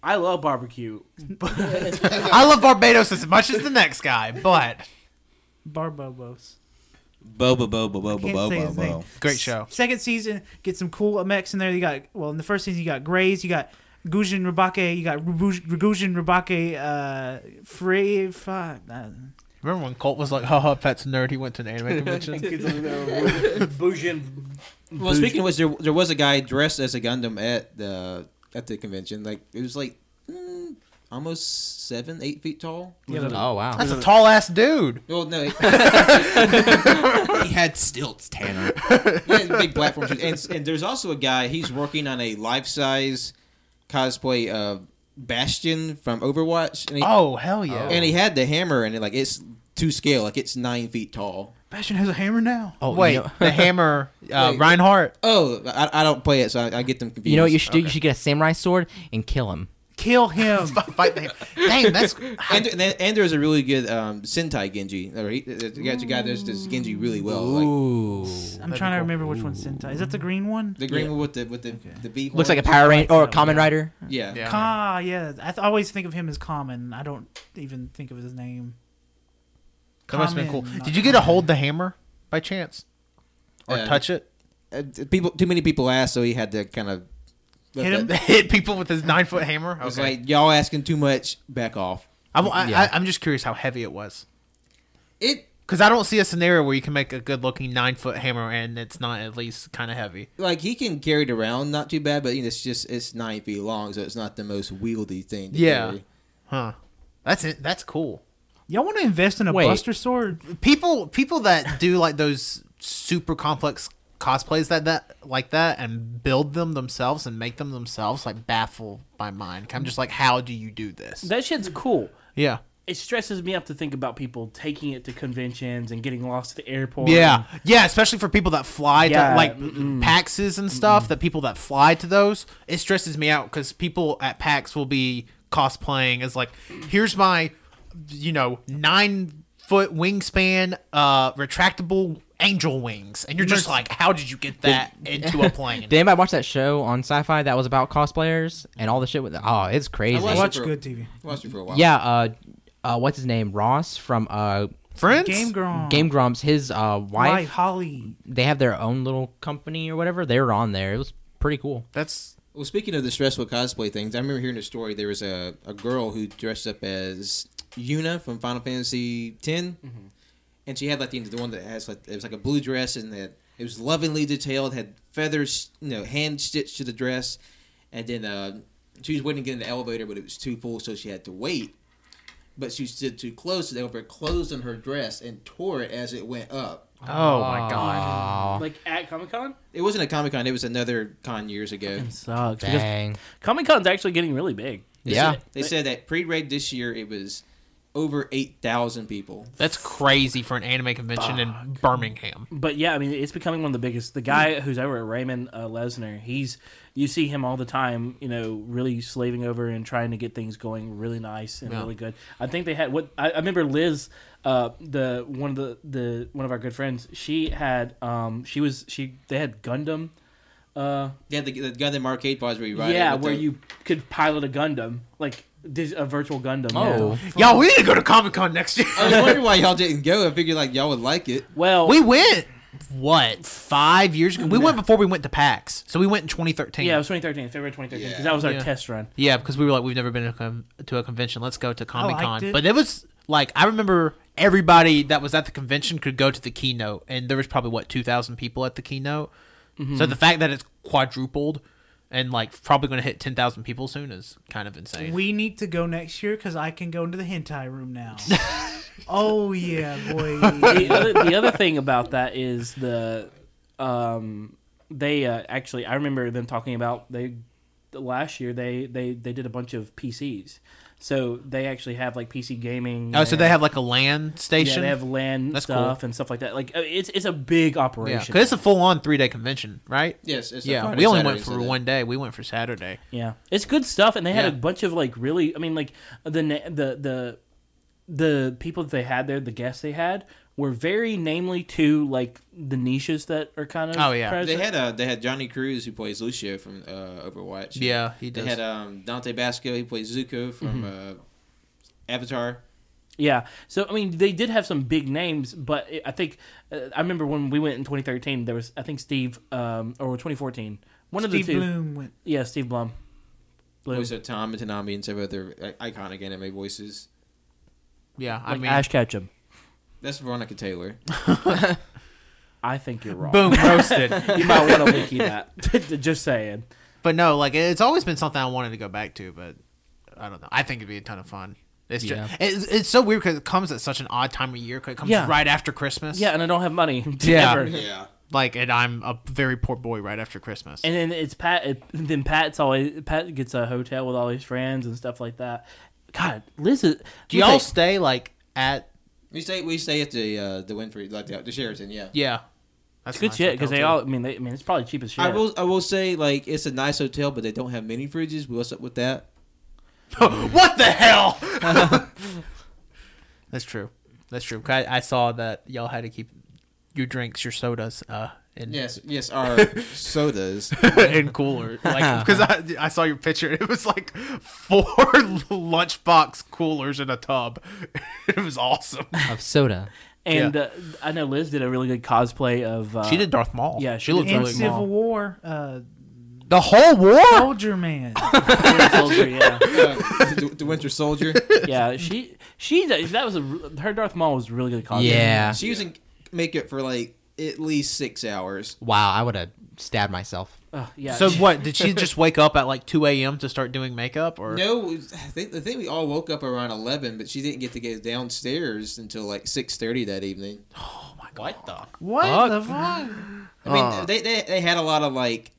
I love barbecue. I love Barbados as much as the next guy, but Barbobos. Boba boba Can't boba say his name. great show. Second season, get some cool mechs in there. You got well in the first season, you got Grays, you got Gujin Rabake, you got Rubu- Gujin Rabake, uh, free five. Remember when Colt was like, haha, Pat's a nerd, he went to an anime convention? Bujin. Well, speaking of which, there, there was a guy dressed as a Gundam at the at the convention. Like it was like mm, almost seven, eight feet tall. Oh wow. That's a tall ass dude. Well, no, he had stilts, Tanner. Yeah, big platform shoes. And, and there's also a guy. He's working on a life-size cosplay of Bastion from Overwatch, and he, Oh, hell yeah. and he had the hammer, and it, like it's to scale, like it's nine feet tall. Bastion has a hammer now. Oh Wait, You know, the hammer, uh, Wait. Reinhardt. Oh, I, I don't play it, so I, I get them confused. you know what you should do? You should get a samurai sword and kill him. Kill him. Fight the Dang, that's. and, and, and there's a really good um, Sentai Genji. Or he, the the guy the guy does this Genji really well. Like Ooh. I'm trying to remember which one Sentai is. That the green one? the green one with the with the the B. Looks like a horn. Power Ranger or a Common Rider. yeah. Yeah. Ah, yeah. I th- always think of him as Common. I don't even think of his name. That must have been cool. Common, not Did you get to common. hold the hammer by chance? Or Uh, touch it? Uh, t- people too many people asked, so he had to kind of Hit him? Hit people with his nine foot hammer? I was Okay. like, y'all asking too much. Back off. I'm, I, Yeah. I, I'm just curious how heavy it was. It Because I don't see a scenario where you can make a good looking nine foot hammer and it's not at least kind of heavy. like he can carry it around, not too bad, but you know, it's just it's nine feet long, so it's not the most wieldy thing. To Yeah. carry. Huh. That's it. That's cool. Y'all want to invest in a Wait. Buster Sword? People people that do like those super complex cosplays that that like that and build them themselves and make them themselves like baffle my mind. I'm just like, how do you do this? That shit's cool. yeah. It stresses me up to think about people taking it to conventions and getting lost at the airport. Yeah, yeah, especially for people that fly Yeah, to like PAXs and stuff. That people that fly to those, it stresses me out because people at PAX will be cosplaying as like, here's my, you know, nine foot wingspan, uh, retractable angel wings, and you're just like, how did you get that into a plane? Did anybody watch that show on Sci-Fi that was about cosplayers and all the shit with? Oh, it's crazy. watched it Watch for- good TV. Watched it for a while. Yeah, uh, uh, what's his name? Ross from uh, Friends? Game Grumps. Oh. Game Grumps, his uh, Wife, wife, Holly. they have their own little company or whatever. They were on there. It was pretty cool. That's Well, speaking of the stressful cosplay things, I remember hearing a story. There was a, a girl who dressed up as Yuna from Final Fantasy X, and she had like the, the one that has like it was like a blue dress and that it was lovingly detailed, had feathers, you know, hand stitched to the dress, and then uh, she was waiting to get in the elevator, but it was too full, so she had to wait. But she stood too close, so the elevator closed on her dress and tore it as it went up. oh my god. Like at Comic Con? It wasn't a Comic Con; it was another con years ago. Sucks. Dang. Comic Con's actually getting really big. Yeah. They said that pre-reg this year it was over eight thousand people. That's crazy for an anime convention in Birmingham. But yeah, I mean, it's becoming one of the biggest. The guy who's over at Raymond uh, Lesnar, he's you see him all the time. You know, really slaving over and trying to get things going really nice and Yeah. really good. I think they had what I, I remember Liz, uh, the one of the the one of our good friends. She had um she was she they had Gundam. Uh, Yeah, the, the Gundam arcade bars where you ride. it yeah, with where the- you could pilot a Gundam like dis- a virtual Gundam. Oh. yeah. Y'all, we need to go to Comic Con next year. I was wondering why y'all didn't go. I figured like y'all would like it. Well, we went what five years ago? We went before we went to PAX, so we went in 2013. yeah, it was 2013, February 2013, because Yeah. that was our Yeah. test run. Yeah, because we were like, we've never been to a, con- to a convention. Let's go to Comic Con. it. But it was like I remember everybody that was at the convention could go to the keynote, and there was probably what two thousand people at the keynote. Mm-hmm. So the fact that it's quadrupled and like probably going to hit ten thousand people soon is kind of insane. We need to go next year because I can go into the hentai room now. oh yeah, boy. the, other, the other thing about that is the um, they uh, actually I remember them talking about they the last year they they they did a bunch of PCs. So they actually have like PC gaming. oh, so and- they have like a land yeah, station. they have LAN That's stuff cool. and stuff like that. Like uh, it's it's a big yeah, operation. because it's a full on three day convention, right? Yes, it's a yeah, Friday, we only Saturday, went for Sunday. one day. We went for Saturday. Yeah, it's good stuff, and they had Yeah. a bunch of like really. I mean, like the na- the the the people that they had there, the guests they had were very namely to like the niches that are kind of Oh, yeah. They present. had uh, they had Johnny Cruz who plays Lucio from uh, Overwatch. Yeah, he They does. Mm-hmm. had um, Dante Basco. He plays Zuko from uh, Avatar. Yeah. So I mean, they did have some big names, but it, I think uh, I remember when we went in 2013, there was I think Steve um, or 2014, one of the Steve two. Bloom went. Yeah, Steve Blum. Bloom. Voice of Tom and Tanami and several other like, iconic anime voices. yeah, I Like mean, Ash Ketchum. That's Veronica Taylor. I think you're wrong. boom, roasted. You might want to wiki that. Just saying. But no, like it's always been something I wanted to go back to, but I don't know. I think it'd be a ton of fun. It's Yeah. just it's, it's so weird because it comes at such an odd time of year. 'cause it comes Yeah. right after Christmas. Yeah, and I don't have money. to Yeah. ever- Yeah. like and I'm a very poor boy right after Christmas. And then it's Pat. It, then Pat's always Pat gets a hotel with all his friends and stuff like that. God, Liz is. Do y'all stay like at We stay we stay at the uh, the Winfrey like the, the Sheraton. Yeah. yeah? That's It's good nice shit because hotel, they too. all. I mean, they, I mean, it's probably cheap as shit. I will I will say like it's a nice hotel, but they don't have mini fridges. What's up with that? what the hell? That's true. That's true. 'Cause I, I saw that y'all had to keep your drinks, your sodas, uh, in Yes, yes, our sodas. and cooler. Like because I, I saw your picture, it was like four lunchbox coolers in a tub. It was awesome. Of soda. And uh, I know Liz did a really good cosplay of. Uh, She did Darth Maul. Yeah, she she looked did In really Darth Civil Maul. cool. War, uh, The whole war. Soldier Man. Winter Soldier, yeah, Uh, the, the Winter Soldier. yeah. She she that was a her Darth Maul was really good cosplay. Oh, Yeah. She was in makeup for like at least six hours. Wow, I would have stabbed myself. Ugh, yeah. So what? Did she just wake up at like two a.m. to start doing makeup, or No, I think, I think we all woke up around eleven, but she didn't get to go downstairs until like six thirty that evening. what the? What Fuck. the fuck? I mean, they, they they had a lot of like,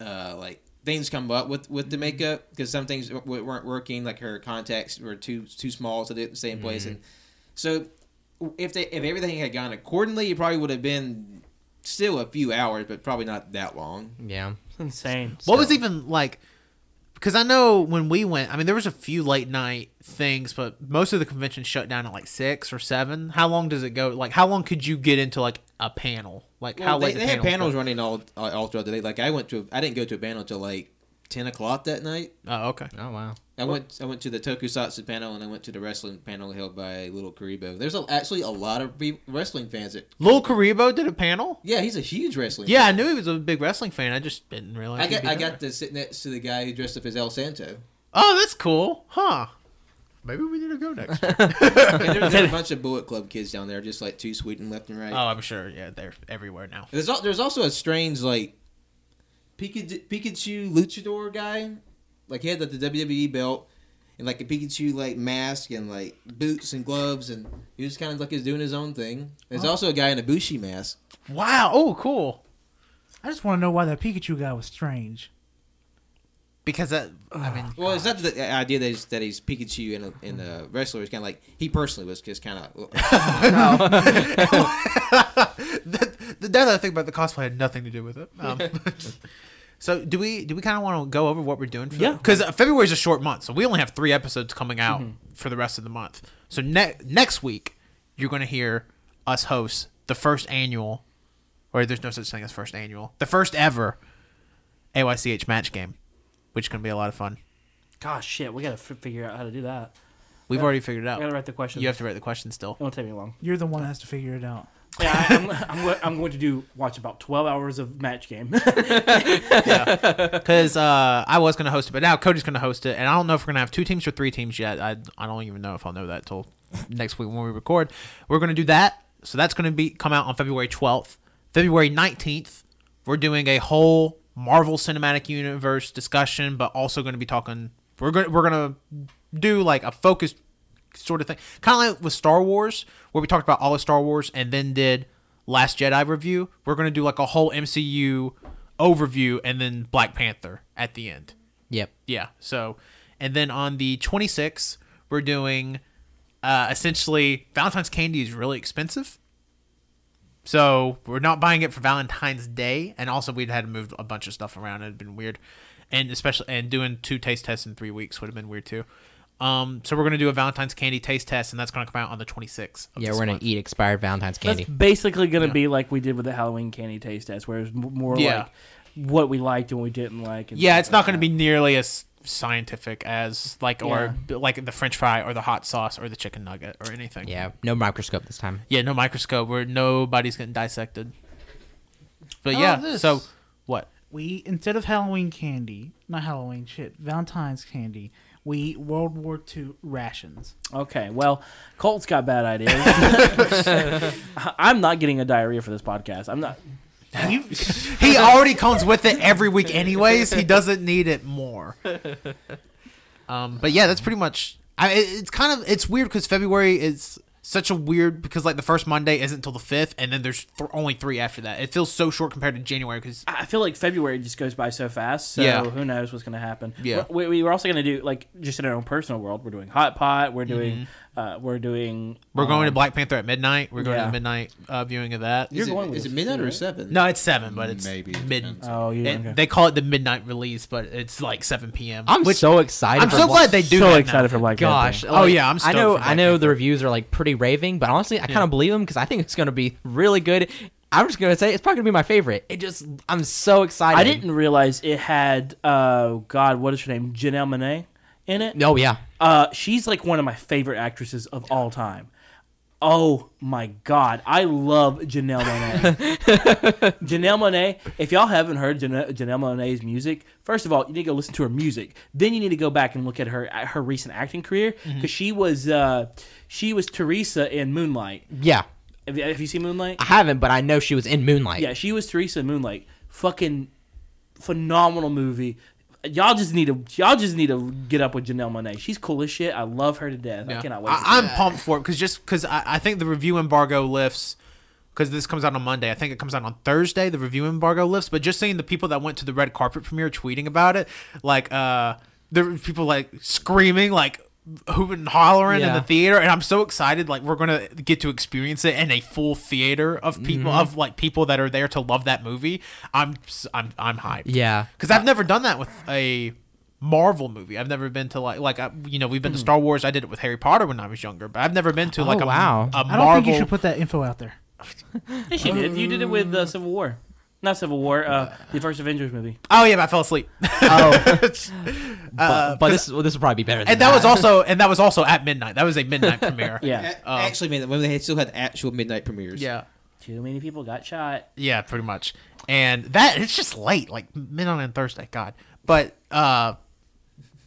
uh, like things come up with with the Mm-hmm. makeup because some things w- w- weren't working. Like her contacts were too too small to do it in the same place, and Mm-hmm. so if they if everything had gone accordingly, it probably would have been still a few hours, but probably not that long. Yeah. It's insane. What was even like? Because I know when we went, I mean, there was a few late night things, but most of the convention shut down at like six or seven. How long does it go? Like, how long could you get into like a panel? Like, how Well, they, late? the they had panels go? panels running all all all throughout the day. Like I went to, a, I didn't go to a panel until like ten o'clock that night. Oh, okay. Oh wow. I went I went to the Tokusatsu panel and I went to the wrestling panel held by Little Karibo. There's a, actually a lot of re- wrestling fans that Lil Karibo did a panel. yeah, he's a huge wrestling. Yeah, I fan. knew he was a big wrestling fan. I just didn't realize. I he'd got be I there. got to sit next to the guy who dressed up as El Santo. Oh, that's cool, huh? Maybe we need to go next. year. And there's, there's a bunch of Bullet Club kids down there, just like too sweet and left and right. oh, I'm sure. Yeah, they're everywhere now. There's al- there's also a strange like Pikachu, Pikachu luchador guy. Like he had like, the WWE belt and like a Pikachu like mask and like boots and gloves and he was kind of like he was doing his own thing. There's Oh. also a guy in a Bushi mask. Wow. Oh, cool. I just want to know why that Pikachu guy was strange. Because uh, that, I mean, Well, it's not the uh, idea that he's, that he's Pikachu and a, and a wrestler. It's kind of like he personally was just kind of that, that other thing about the cosplay had nothing to do with it. Um, so, do we do we kind of want to go over what we're doing? For Yeah. Because February is a short month, so we only have three episodes coming out Mm-hmm. for the rest of the month. So ne- next week, you're going to hear us host the first annual, or there's no such thing as first annual, the first ever AYCH match game, which is going to be a lot of fun. Gosh, shit, we gotta f- figure out how to do that. We've already figured it I gotta out. write the questions. You have to write the question still. It won't take me long. You're the one that has to figure it out. Yeah, I, I'm, I'm, go- I'm going to do watch about 12 hours of match game. Because uh, I was going to host it, but now Cody's going to host it, and I don't know if we're going to have two teams or three teams yet. I, I don't even know if I'll know that till next week when we record. We're going to do that, so that's going to be come out on February twelfth, February nineteenth. We're doing a whole Marvel Cinematic Universe discussion, but also going to be talking. We're going we're going to do like a focused sort of thing, kind of like with Star Wars, where we talked about all of Star Wars and then did Last Jedi review. We're gonna do like a whole MCU overview and then Black Panther at the end. Yep. Yeah. So, and then on the 26th, we're doing uh, essentially Valentine's candy is really expensive. So we're not buying it for Valentine's Day, and also we'd had to move a bunch of stuff around. It'd been weird, and especially and doing two taste tests in three weeks would have been weird too. Um, so we're gonna do a Valentine's candy taste test, and that's gonna come out on the 26th. of Yeah, this we're gonna month. eat expired Valentine's That's candy. basically gonna be like we did with the Halloween candy taste test, where it was m- more Yeah. like what we liked and we didn't like. And Yeah, stuff it's not like going to be nearly as scientific as like or like the French fry or the hot sauce or the chicken nugget or anything. Yeah, no microscope this time. Yeah, no microscope where nobody's getting dissected. But yeah, so what? We instead of Halloween candy, not Halloween shit, Valentine's candy. We eat World War II rations. that. Okay, well, Colt's got bad ideas. I- I'm not getting a diarrhea for this podcast. I'm not. You- He already comes with it every week, anyways. He doesn't need it more. Um, but yeah, that's pretty much. I, it- it's kind of it's weird because February is such a weird because like the first Monday isn't until the fifth, and then there's th- only three after that. It feels so short compared to January because I feel like February just goes by so fast. So Yeah. who knows what's gonna happen? Yeah. We, we were also gonna do like just in our own personal world. We're doing hot pot. We're doing. Uh, we're doing. Mm-hmm. We're going to um, Black Panther at midnight. We're going to yeah. the midnight uh, viewing of that. is, You're going it, with is it us, midnight or right? seven? No, it's seven, but it's Maybe it mid. depends. Oh yeah. it- okay. They call it the midnight release, but it's like seven p.m. I'm which- so excited. I'm for so glad Black- they do. so that excited now. for Black Gosh! Panther. Oh, like, yeah, I'm I stoked know. for I Black know the Panther. reviews are like pretty raving, but honestly, I kind of believe them because I think it's gonna be really good. I'm just gonna say it's probably gonna be my favorite. It just I'm so excited. I didn't realize it had. Uh, God, what is her name? Janelle Monae in it. No, Oh, yeah. Uh, she's like one of my favorite actresses of all time. Oh my god, I love Janelle Monae. Janelle Monae. If y'all haven't heard Jana- Janelle Monae's music, first of all, you need to go listen to her music. Then you need to go back and look at her at her recent acting career because she was uh, she was Teresa in Moonlight. Yeah, Have you, have you seen Moonlight? I haven't, but I know she was in Moonlight. Yeah, she was Teresa in Moonlight. Fucking phenomenal movie. Y'all just need to y'all just need to get up with Janelle Monae. She's cool as shit. I love her to death. I cannot wait. to see I, am that. pumped for it because just because I, I think the review embargo lifts because this comes out on Monday. I think it comes out on Thursday. The review embargo lifts, but just seeing the people that went to the red carpet premiere tweeting about it, like uh, there were people like screaming like. Hooting and hollering in Yeah. the theater, and I'm so excited! Like we're gonna get to experience it in a full theater of people of like people that are there to love that movie. I'm s- I'm I'm hyped. Yeah. Because I've never done that with a Marvel movie. I've never been to like like I, you know we've been to Star Wars. I did it with Harry Potter when I was younger, but I've never been to Hmm. Oh, like a, wow. a I Marvel. don't think you should put that info out there. Yeah, she did. You did it with uh, Civil War. Not Civil War. Uh, the first Avengers movie. Oh yeah, I fell asleep. Oh, but, Uh, but this well, this will probably be better. Than and that was also and that was also at midnight. That was a midnight premiere. Yeah. A- Uh, actually, man, when they still had actual midnight premieres. Yeah. Too many people got shot. Yeah, pretty much. And that it's just late, like midnight on Thursday. God, but uh,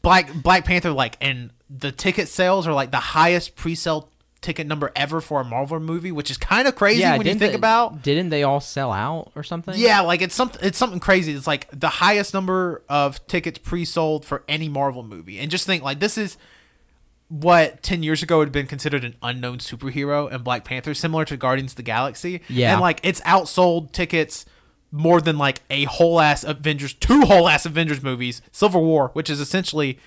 Black Black Panther, like, and the ticket sales are like the highest pre-sale ticket number ever for a Marvel movie, which is kind of crazy when you didn't think they- about. didn't they all sell out or something? Yeah, like it's something it's something crazy. It's like the highest number of tickets pre-sold for any Marvel movie. And just think like this is what 10 years ago would have been considered an unknown superhero and Black Panther similar to Guardians of the Galaxy. Yeah. And like it's outsold tickets more than like a whole ass Avengers two whole ass Avengers movies, Civil War, which is essentially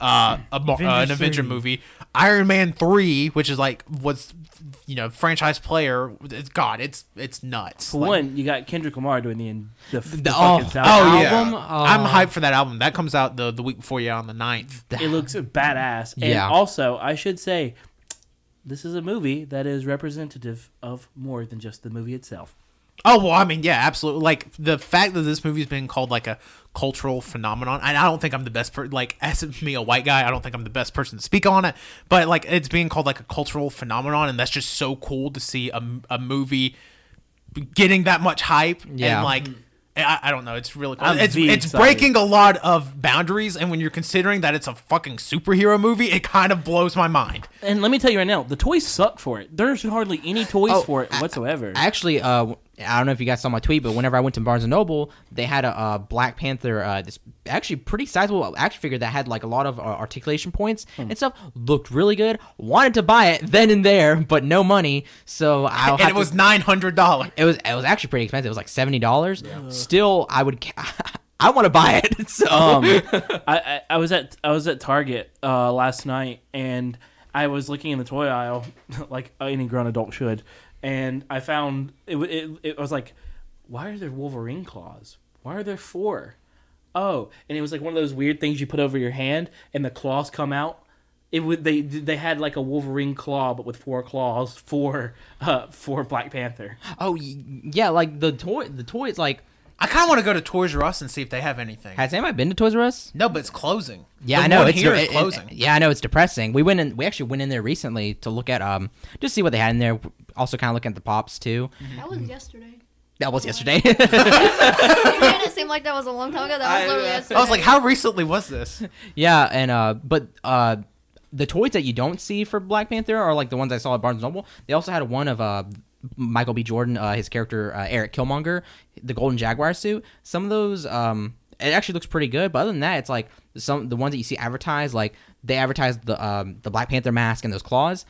uh, a, mar- uh, an Avengers Avenger 3. movie, Iron Man 3, which is like what's you know, franchise player, it's god, it's it's nuts. For Like- one, you got Kendrick Lamar doing the the, the, The- fucking oh, soundtrack. Oh, yeah. album. I'm Oh. hyped for that album. That comes out the, the week before you on the 9th. It looks badass. And Yeah. also, I should say, this is a movie that is representative of more than just the movie itself. Oh, well, I mean, yeah, absolutely. Like, the fact that this movie's been called, like, a cultural phenomenon, and I don't think I'm the best, per- like, as me, a white guy, I don't think I'm the best person to speak on it, but, like, it's being called, like, a cultural phenomenon, and that's just so cool to see a, a movie getting that much hype. Yeah. And, like, I, I don't know. It's really cool. I'm It's, V it's excited. breaking a lot of boundaries, and when you're considering that it's a fucking superhero movie, it kind of blows my mind. And let me tell you right now, the toys suck for it. There's hardly any toys Oh, for it I- whatsoever. Actually, uh, I don't know if you guys saw my tweet, but whenever I went to Barnes and Noble, they had a, uh Black Panther, uh, this actually pretty sizable action figure that had like a lot of uh, articulation points Hmm. and stuff. Looked really good. Wanted to buy it then and there, but no money. So I and it was nine hundred dollars. it was it was actually pretty expensive. It was like seventy dollars. Still, I would. Ca- I want to buy it. So um, I, I I was at I was at Target uh, last night and I was looking in the toy aisle like any grown adult should, and I found it. w- It, it I was like, why are there Wolverine claws? Why are there four? Oh, and it was like one of those weird things you put over your hand and the claws come out. It would they they had like a Wolverine claw but with four claws for uh for Black Panther. oh y- yeah, like the toy. The toys like I kind of want to go to Toys R Us and see if they have anything. has anybody been to Toys R Us? no, but it's closing. Yeah, The I know one it's here is it- it- closing. yeah, I know it's depressing. We went in. We actually went in there recently to look at um, just see what they had in there. Also, kind of looking at the pops too. Mm-hmm. That was yesterday. That was yesterday. You made it seem like that was a long time ago. That was literally yesterday. I was like, how recently was this? yeah, and uh, but uh, the toys that you don't see for Black Panther are like the ones I saw at Barnes and Noble. They also had one of uh. Michael B. Jordan, uh, his character uh, Eric Killmonger, the Golden Jaguar suit. Some of those, um, it actually looks pretty good. But other than that, it's like some the ones that you see advertised, like they advertise the um, the Black Panther mask and those claws.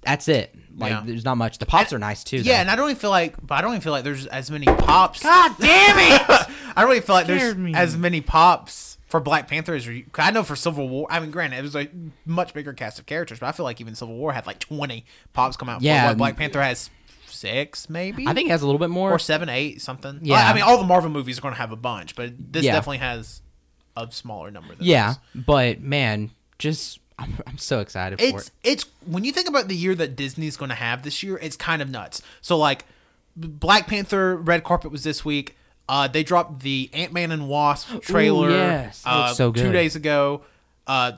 That's it. Like Yeah. there's not much. The pops are nice too. Yeah, though. and I don't even feel like, but I don't even feel like there's as many pops. God damn it! I don't even feel like there's Scared me. as many pops for Black Panther as you- I know for Civil War. I mean, granted, it was a much bigger cast of characters, but I feel like even Civil War had like twenty pops come out. Yeah, for and- what Black Panther has six, maybe. I think it has a little bit more. or seven, eight, something. Yeah. Yeah, I mean, all the Marvel movies are going to have a bunch, but this Yeah. definitely has a smaller number. Than yeah, this. but man, just I'm, I'm so excited for it's it. it's when you think about the year that Disney's going to have this year, it's kind of nuts. So like, B- Black Panther red carpet was this week. Uh, they dropped the Ant Man and Wasp trailer. yes. It uh, looks so two good. days ago. Uh,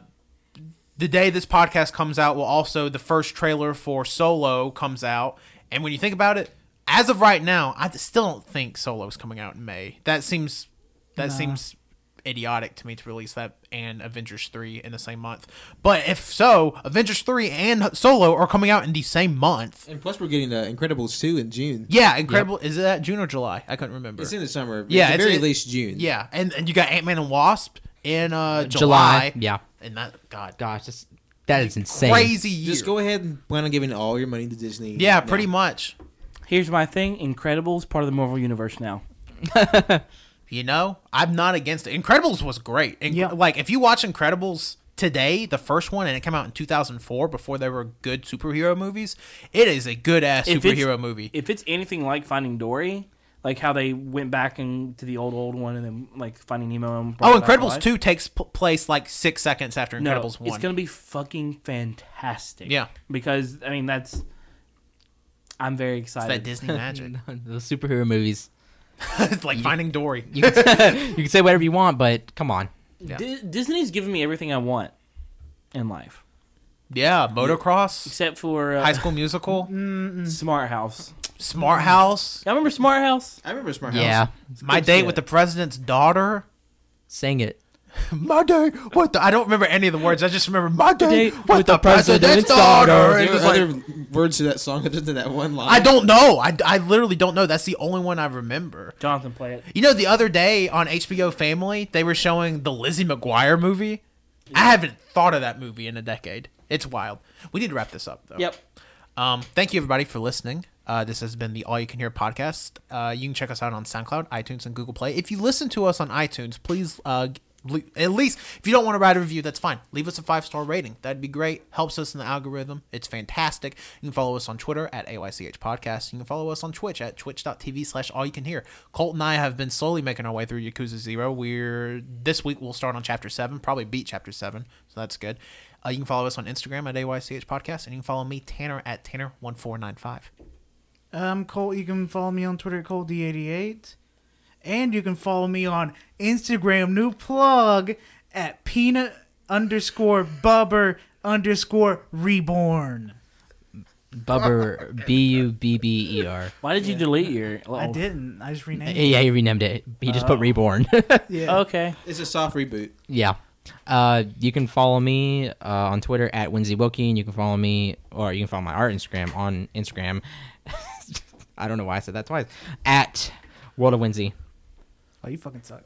the day this podcast comes out will also the first trailer for Solo comes out. And when you think about it, as of right now, I still don't think Solo's coming out in May. That seems that seems idiotic to me to release that and Avengers 3 in the same month. But if so, Avengers 3 and Solo are coming out in the same month. And plus, we're getting uh, Incredibles two in June. Yeah, incredible. Is that June or July? I couldn't remember. It's in the summer. Yeah, at it's the very in- least June. yeah, and and you got Ant-Man and Wasp in uh July, July. yeah. And that god, Gosh, just, that is insane. crazy year. Just go ahead and plan on giving all your money to Disney. Yeah, now. pretty much. Here's my thing: Incredibles part of the Marvel universe now. You know, I'm not against it. Incredibles was great. And Yeah. like if you watch Incredibles today, the first one, and it came out in 2004 before there were good superhero movies. It is a good ass If it's- superhero movie. if it's anything like Finding Dory, like how they went back and to the old old one and then like Finding Nemo. And brought Oh, it back Incredibles alive. two takes p- place like six seconds after No, Incredibles it's one. gonna be fucking fantastic. Yeah. because I mean that's. I'm very It's that excited. Disney magic. the superhero movies. it's like finding Dory. You can, say, you can say whatever you want, but come on. Yeah. Di- Disney's given me everything I want in life, Yeah, motocross, except for uh, High School Musical, Smart House. Smart House, I remember Smart House. I remember Smart House. Yeah, my good date shit. with the president's daughter. sing it. My date. What the? I don't remember any of the words. I just remember my date, date with, the president's, daughter. There It were was like- other words to that song other than that one line. I don't know. I, I literally don't know. That's the only one I remember. Jonathan, play it. You know, the other day on HBO Family, they were showing the Lizzie McGuire movie. I haven't thought of that movie in a decade. It's wild. We need to wrap this up, though. Yep. Um, thank you, everybody, for listening. Uh, this has been the All You Can Hear podcast. Uh, you can check us out on SoundCloud, iTunes, and Google Play. If you listen to us on iTunes, please, uh, g- le- at least if you don't want to write a review, that's fine. Leave us a five star rating. That'd be great. Helps us in the algorithm. It's fantastic. You can follow us on Twitter at AYCH Podcast. You can follow us on Twitch at twitch.tv slash all you can hear. Colt and I have been slowly making our way through Yakuza Zero. We're this week we'll start on chapter seven, probably beat chapter seven, so that's good. Uh, you can follow us on Instagram at AYCH Podcast, and you can follow me, Tanner, at Tanner1495. Um, Colt, you can follow me on Twitter at ColtD88. And you can follow me on Instagram, new plug, at peanut underscore bubber underscore reborn. Bubber, B U B B E R. Why did you delete your? I oh, didn't. I just renamed it. Yeah, he renamed it. He just put reborn. Yeah. Okay. It's a soft reboot. yeah. Uh, you can follow me uh, on Twitter at Winsy Wilkie, and you can follow me, or you can follow my art Instagram on Instagram. I don't know why I said that twice. At World of Winsy. Oh, you fucking suck.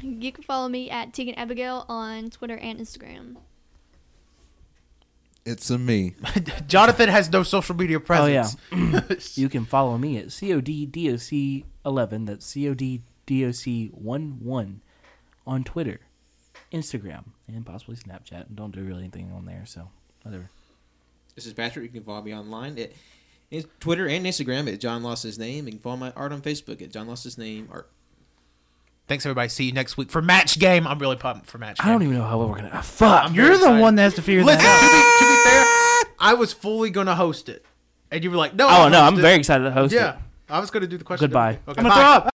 You can follow me at Tegan Abigail on Twitter and Instagram. It's a me. Jonathan has no social media Oh, presence. You can follow me at CODDOC11. That's CODDOC11 on Twitter, Instagram, and possibly Snapchat. Don't do really anything on there, so whatever. This is Patrick. You can follow me online at in- Twitter and Instagram at John Lost His Name. You can follow my art on Facebook at John Lost His Name Art. Thanks, everybody. See you next week for match game. I'm really pumped for match game. I don't even know how we're gonna. ah, fuck. You're the one that has to figure Listen, that out. to, be, to be fair, I was fully going to host it. And you were like, no. Oh I'll no, host I'm it. very excited to host Yeah. it. I was going to do the question. Goodbye. Okay, I'm gonna bye. throw up.